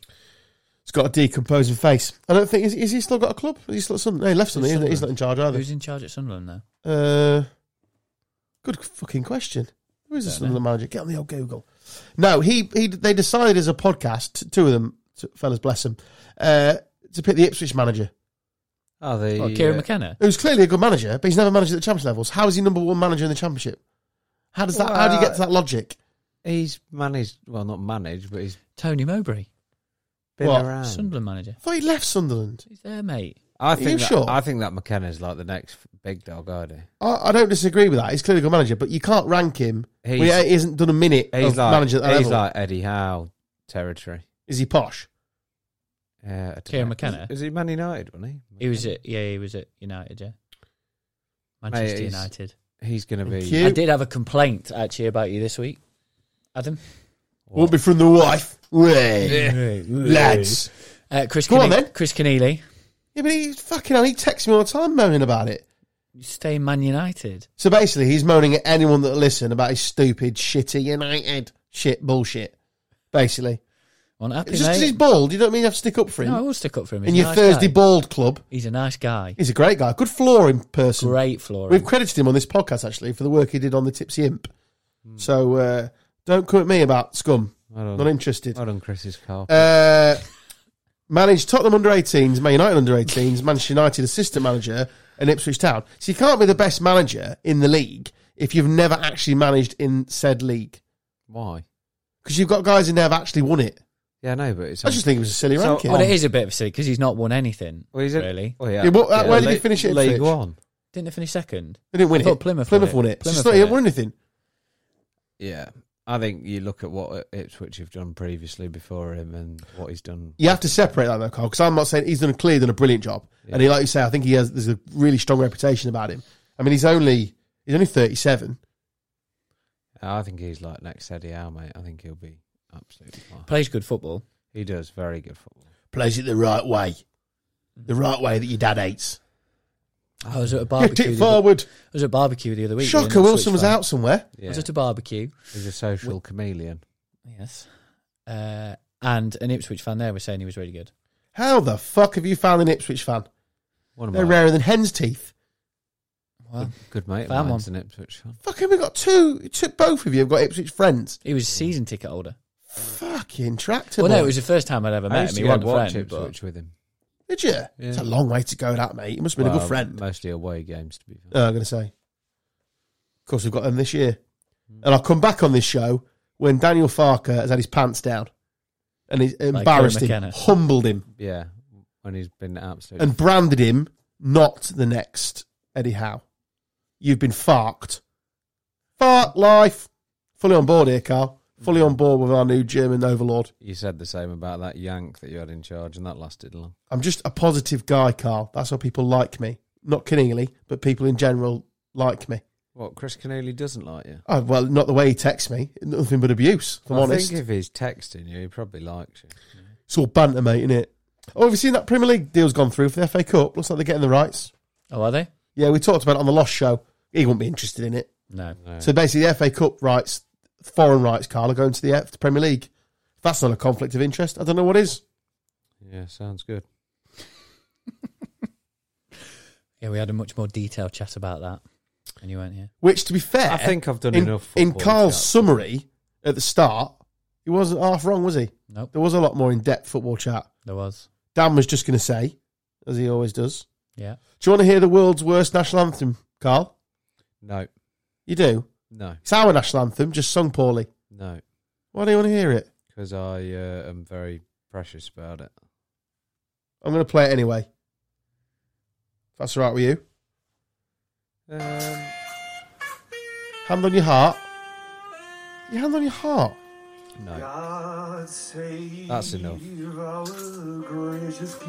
He's got a decomposing face. I don't think. Is, is he still got a club? Is he still some, no, he left something, isn't he? He's not in charge either.
Who's in charge at Sunderland now?
Uh, good fucking question. Who is this
Don't know.
another manager? Get on the old Google. No, he he. They decided as a podcast, t- two of them t- fellas, bless them, uh, to pick the Ipswich manager,
Oh, the
Oh, Kieran
uh,
McKenna.
who's clearly a good manager, but he's never managed at the championship levels. How is he number one manager in the championship? How does that? how do you get to that logic?
He's managed. Well, not managed, but he's
Tony Mowbray,
been
What?
around.
Sunderland manager.
I thought he left Sunderland.
He's there, mate.
I
you
think. That,
sure?
I think that McKenna's like the next big dog. I do.
I, I don't disagree with that. He's clearly a good manager, but you can't rank him. when he
He's-
hasn't done a minute
He's
of
like.
Oh, manager
He's
at that level.
like Eddie Howe territory.
is he posh?
Uh, I don't
Kieran
know.
McKenna?
Is, is he Man United? Wasn't he?
He was at yeah, he was at United, yeah. Manchester
he's-
United.
He's going to be.
Cute.
I did have a complaint actually about you this week, Adam.
Won't be from the wife. Way. Lads.
Uh, Chris,
Go on
Kine-
then.
Chris Keneally,
Yeah, but he fucking hell, he texts me all the time moaning about it.
you stay in Man United.
So basically, he's moaning at anyone that listen about his stupid, shitty United shit bullshit. Basically,
Unhappy,
just because he's
mate.
bald, you don't mean you have to stick up for him
no, I will stick up for him. He's
in
a
your
nice
Thursday
guy.
bald club.
He's a nice guy.
He's a great guy, good flooring person.
Great flooring.
We've credited him on this podcast actually for the work he did on the Tipsy Imp. So uh, don't come at me about scum.
Hold
Not
on.
interested.
Hold on, Chris's car.
Uh, managed Tottenham under 18s, Man United under 18s, Manchester United assistant manager, and Ipswich Town. So you can't be the best manager in the league if you've never actually managed in said league
Why?
because you've got guys in there have actually won it.
Yeah, no, but it's.
I just think it was a silly
So-
ranking.
well, it is a bit of a silly because he's not won anything.
Well, he's a-
really?
Well, yeah.
Yeah, what- uh, where did he
Le-
finish it in
League
Fitch?
One.
Didn't they finish second?
They didn't win
I thought
it.
Plymouth
won
won
it.
it.
So it's
Plymouth
not-
won
he
it.
won anything.
Yeah. I think you look at what Ipswich have done previously before him and what he's done.
You have to separate that though, Carl, because I'm not saying he's done a clear done a brilliant job. And he, like you say, I think he has. There's a really strong reputation about him. I mean, he's only he's only 37.
I think he's like next Eddie Howe, mate. I think he'll be absolutely fine.
Plays good football.
He does very good football.
Plays it the right way, the right way that your dad hates.
I was at a
Get
barbecue.
it
the other, I
forward.
was at a barbecue the other week. with an
Shocker,
Ipswich
Wilson was
fan.
out somewhere.
I
Yeah.
was at a barbecue.
He's a social chameleon.
Yes. Uh, and an Ipswich fan there was saying he was really good.
How the fuck have you found an Ipswich fan?
One of
They're
my
rarer than hen's teeth.
Well,
good mate of
Found
mine's an Ipswich fan.
Fucking, we got two, two. Both of you have got Ipswich friends.
he was a season ticket holder.
Fucking tractor.
Well, no,
boy.
it was the first time I'd ever
I
met
used
him.
to
He wasn't
go and watch
a friend, but
Ipswich with him.
Did you?
Yeah.
It's a long way to go, that mate. You must have been a
Well,
good friend.
Mostly away games, to be fair.
Oh, I'm going to say. Of course, we've got them this year, and I'll come back on this show when Daniel Farker has had his pants down, and he's embarrassed him,
McKenna.
humbled him,
yeah. When he's been absolutely.
and branded him not the next Eddie Howe. You've been farked. Fark life. Fully on board here, Carl. Fully on board with our new German overlord.
you said the same about that Yank that you had in charge, and that lasted long.
I'm just a positive guy, Carl. That's why people like me. Not Keneally, but people in general like me.
What, Chris Connolly doesn't like you?
Oh, well, not the way he texts me. Nothing but abuse, if I'm
I
honest.
think if he's texting you, he probably likes you.
It's all banter, mate, isn't it? Oh, have you seen that Premier League deal's gone through for the FA Cup? Looks like they're getting the rights.
oh, are they?
Yeah, we talked about it on the Lost Show. He wouldn't be interested in it.
No.
So basically, the FA Cup rights, foreign rights, Carl, are going to the, F- the Premier League. If that's not a conflict of interest, I don't know what is.
Yeah, sounds good.
Yeah, we had a much more detailed chat about that, and you weren't here.
Which, to be fair,
I think I've done
in,
enough.
in
football
Carl's
chat.
summary at the start, he wasn't half wrong, was he?
Nope,
There was a lot more in depth football chat.
there was.
Dan was just going to say, as he always does.
Yeah,
Do you want to hear the world's worst national anthem, Carl?
No,
You do.
no,
It's our national anthem, just sung poorly.
no,
Why do you want to hear it?
because I uh, am very precious about it.
I'm going to play it anyway. That's all right with you.
Um,
Hand on your heart. Your hand on your heart.
no. That's enough.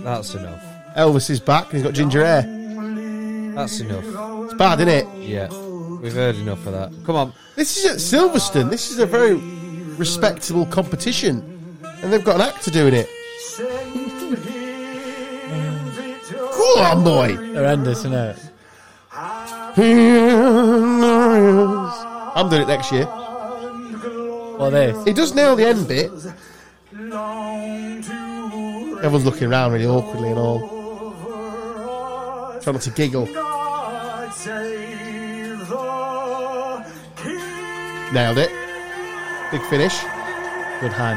That's enough.
Elvis is back and he's got ginger hair.
That's enough.
It's bad, isn't it?
Yeah. We've heard enough of that. Come on.
This is at Silverstone. This is a very respectable competition. And they've got an actor doing it. Go on, boy.
Horrendous, isn't it?
I'm doing it next year.
What this?
He does nail the end bit. Everyone's looking around really awkwardly and all. Trying not to giggle.
Oh.
Nailed it. Big finish.
Good high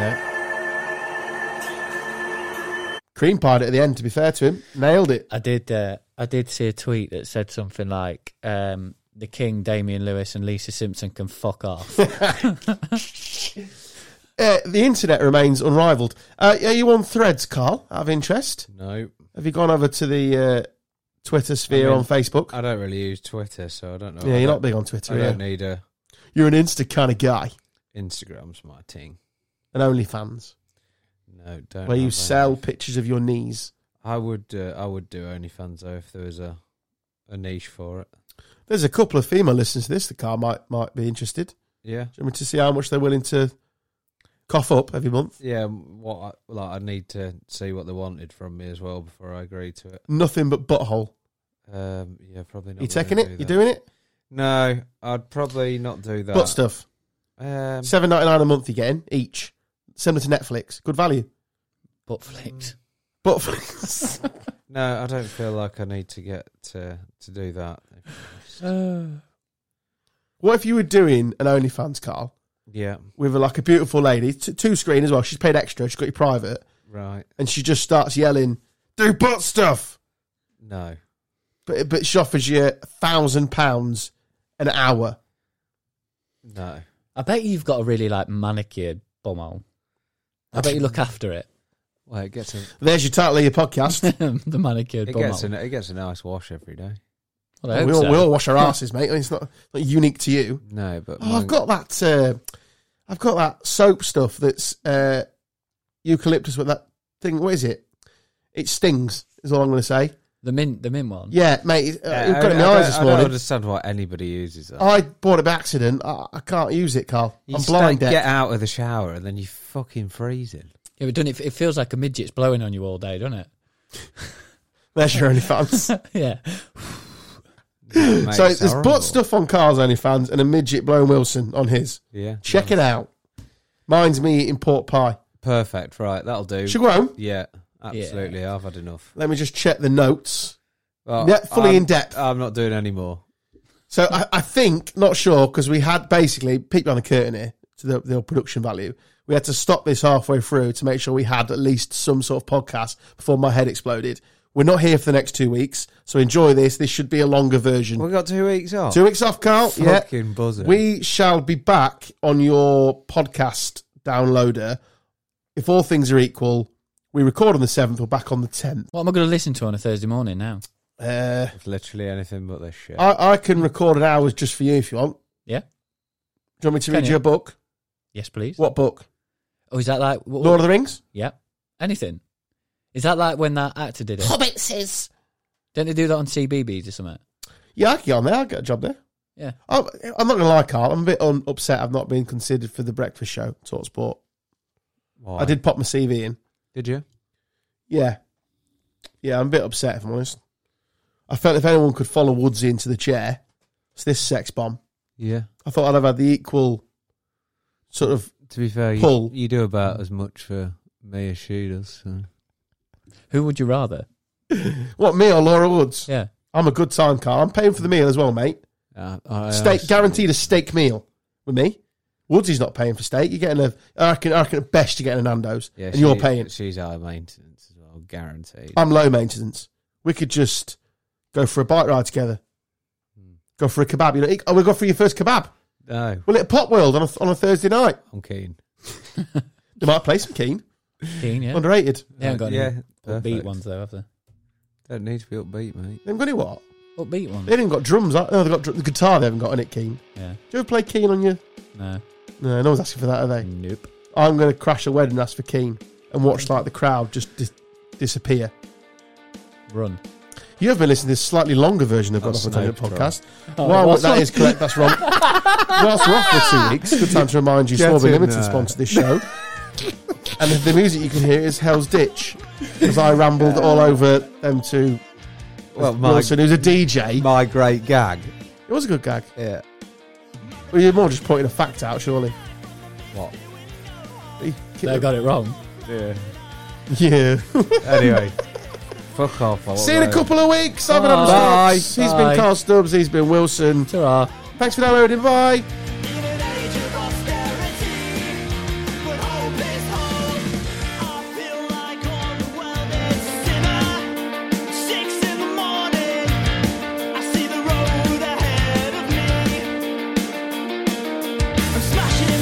note.
Cream pied it at the end, to be fair to him. Nailed it.
I did. Uh, I did see a tweet that said something like, um, "The King, Damian Lewis, and Lisa Simpson can fuck off."
Uh, the internet remains unrivaled. Uh, are you on threads, Carl, out of interest?
No.
Have you gone over to the uh, Twitter sphere
I mean,
on Facebook?
I don't really use Twitter, so I don't know.
yeah,
I
you're
don't-
not big on Twitter.
Oh, I
yeah.
don't need a
You're an Insta kind of guy
Instagram's my thing.
and OnlyFans,
No, don't.
where you
have
sell
any.
pictures of your knees.
I would. Uh, I would do OnlyFans though if there was a a niche for it.
There's a couple of female listeners to this. The car might might be interested.
Yeah.
Do you want me to see how much they're willing to cough up every month?
Yeah. What? I, like, I need to see what they wanted from me as well before I agree to it.
Nothing but butthole.
Um. Yeah. Probably not.
you
gonna
taking
do
it? You
that.
doing it?
No, I'd probably not do that.
Butt stuff.
Um,
Seven ninety nine a month you're getting each. Similar to Netflix. Good value.
Butt flipped.
Butt flicks.
no, I don't feel like I need to get to to do that. if I'm honest.
what if you were doing an OnlyFans, Carl,
yeah.
with like a beautiful lady, t- two screen as well. She's paid extra. She's got you private,
Right.
and she just starts yelling, "Do butt stuff!"
No.
But but she offers you a thousand pounds an hour.
No.
I bet you've got a really like manicured bumhole. I bet you look after it.
Well, it gets a,
There's your title of your podcast.
the manicured
it gets
bumhole.
a it gets a nice wash every day.
Well, I hope
we, all,
so.
we all wash our asses, mate. I mean, it's not, not unique to you.
No, but
Oh, I've
mine-
got that. Uh, I've got that soap stuff that's uh, eucalyptus with that thing. What is it? It stings. Is all I'm going to say.
The mint, the mint one.
Yeah, mate. Uh,
Yeah,
you've got it in my
I
eyes
don't-
this
I don't
morning.
understand why anybody uses that.
I bought it by accident. I, I can't use it, Carl.
You
I'm
just
blind.
don't
Deck.
Get out of the shower and then you fucking freezing.
Yeah, but don't it, it feels like a midget's blowing on you all day, doesn't it?
There's your OnlyFans.
yeah.
No, mate,
so
it's
there's
horrible.
butt stuff on Carl's OnlyFans and a midget blowing Wilson on his.
Yeah.
Check it out. Mine's me eating pork pie.
Perfect. Right. That'll do.
Should we go home?
Yeah. Absolutely. I've had enough.
Let me just check the notes.
Well,
Yeah, fully
I'm-
in depth.
I'm not doing any more.
So I, I think, not sure, because we had basically peek behind the curtain here to the, the production value. We had to stop this halfway through to make sure we had at least some sort of podcast before my head exploded. We're not here for the next two weeks, so enjoy this. This should be a longer version.
We got two weeks off.
two weeks off, Carl. yeah,
Fucking buzzing.
we shall be back on your podcast downloader. If all things are equal, we record on the seventh. We're back on the tenth.
What am I going to listen to on a Thursday morning now?
Uh,
It's literally anything but this shit.
I, I can record an hours just for you if you want.
Yeah.
Do you want me to
Can
read you
you?
a book?
Yes, please.
What book?
Oh, is that like? What,
Lord of the Rings?
yeah. Anything? Is that like when that actor did it?
Hobbit says.
Don't they do that on CBBS or something?
Yeah, I can get on there. I'll get a job there.
Yeah.
I'm, I'm not going to lie, Carl. I'm a bit un- upset I've not been considered for the breakfast show, Talk Sport.
Why?
I did pop my CV in.
Did you?
Yeah. Yeah, I'm a bit upset, if I'm honest. I felt if anyone could follow Woodsy into the chair, it's this sex bomb.
Yeah.
I thought I'd have had the equal sort of.
To be fair, you,
Pull.
you do about as much for me as she does. So.
Who would you rather?
What, me or Laura Woods?
Yeah.
I'm a good time, Carl. I'm paying for the meal as well, mate.
Uh, I,
steak, guaranteed a steak meal with me. Woodsy's not paying for steak. You're getting a. I reckon, I reckon at best you're getting a Nando's,
Yeah,
and
she-
you're paying.
She's high maintenance as well, guaranteed.
I'm low maintenance. We could just go for a bike ride together.
Hmm.
Go for a kebab. You know, oh, we'll go for your first kebab.
no,
We'll at Pop World on a, on a Thursday night.
I'm keen.
They might play some Keen.
Keen, yeah.
Underrated.
They haven't got
Yeah,
any
perfect.
beat ones though, have they?
Don't need to be upbeat, mate.
They've got any what?
Upbeat one.
They haven't got drums. are- No, they've got dr- the guitar. They haven't got on it, Keen.
Yeah.
Do you ever play Keen on your?
No.
No, no one's asking for that, are they?
Nope.
I'm going to crash a wedding and ask for Keen and watch
Hmm.
like the crowd just dis- disappear.
Run.
You have been listening to this slightly longer version of God
That's Oh,
Off the
Snake Drive.
podcast. While
what's
that
wrong?
is correct, that's wrong. Whilst we're off for two weeks, good time to remind you,
Get
Swarby
in
Limited
there.
sponsored this show. and the music you can hear is Hell's Ditch, as I rambled all over them two.
Well,
With
my-
Wilson, who's a DJ.
My great gag.
it was a good gag.
Yeah.
Well, you're more just pointing a fact out, surely.
What?
They got it wrong.
Yeah.
Yeah.
Anyway. Fuck off. I
See you in a
won't.
couple of weeks. I've been Adam
Bye.
Stubbs. He's been
Bye.
Carl Stubbs. He's been Wilson.
Ta-ra.
Thanks for downloading. Bye.
In an age of austerity, but hope is hope. I feel like all the world is sinner. Six in the morning, I see the road ahead of me. I'm smashing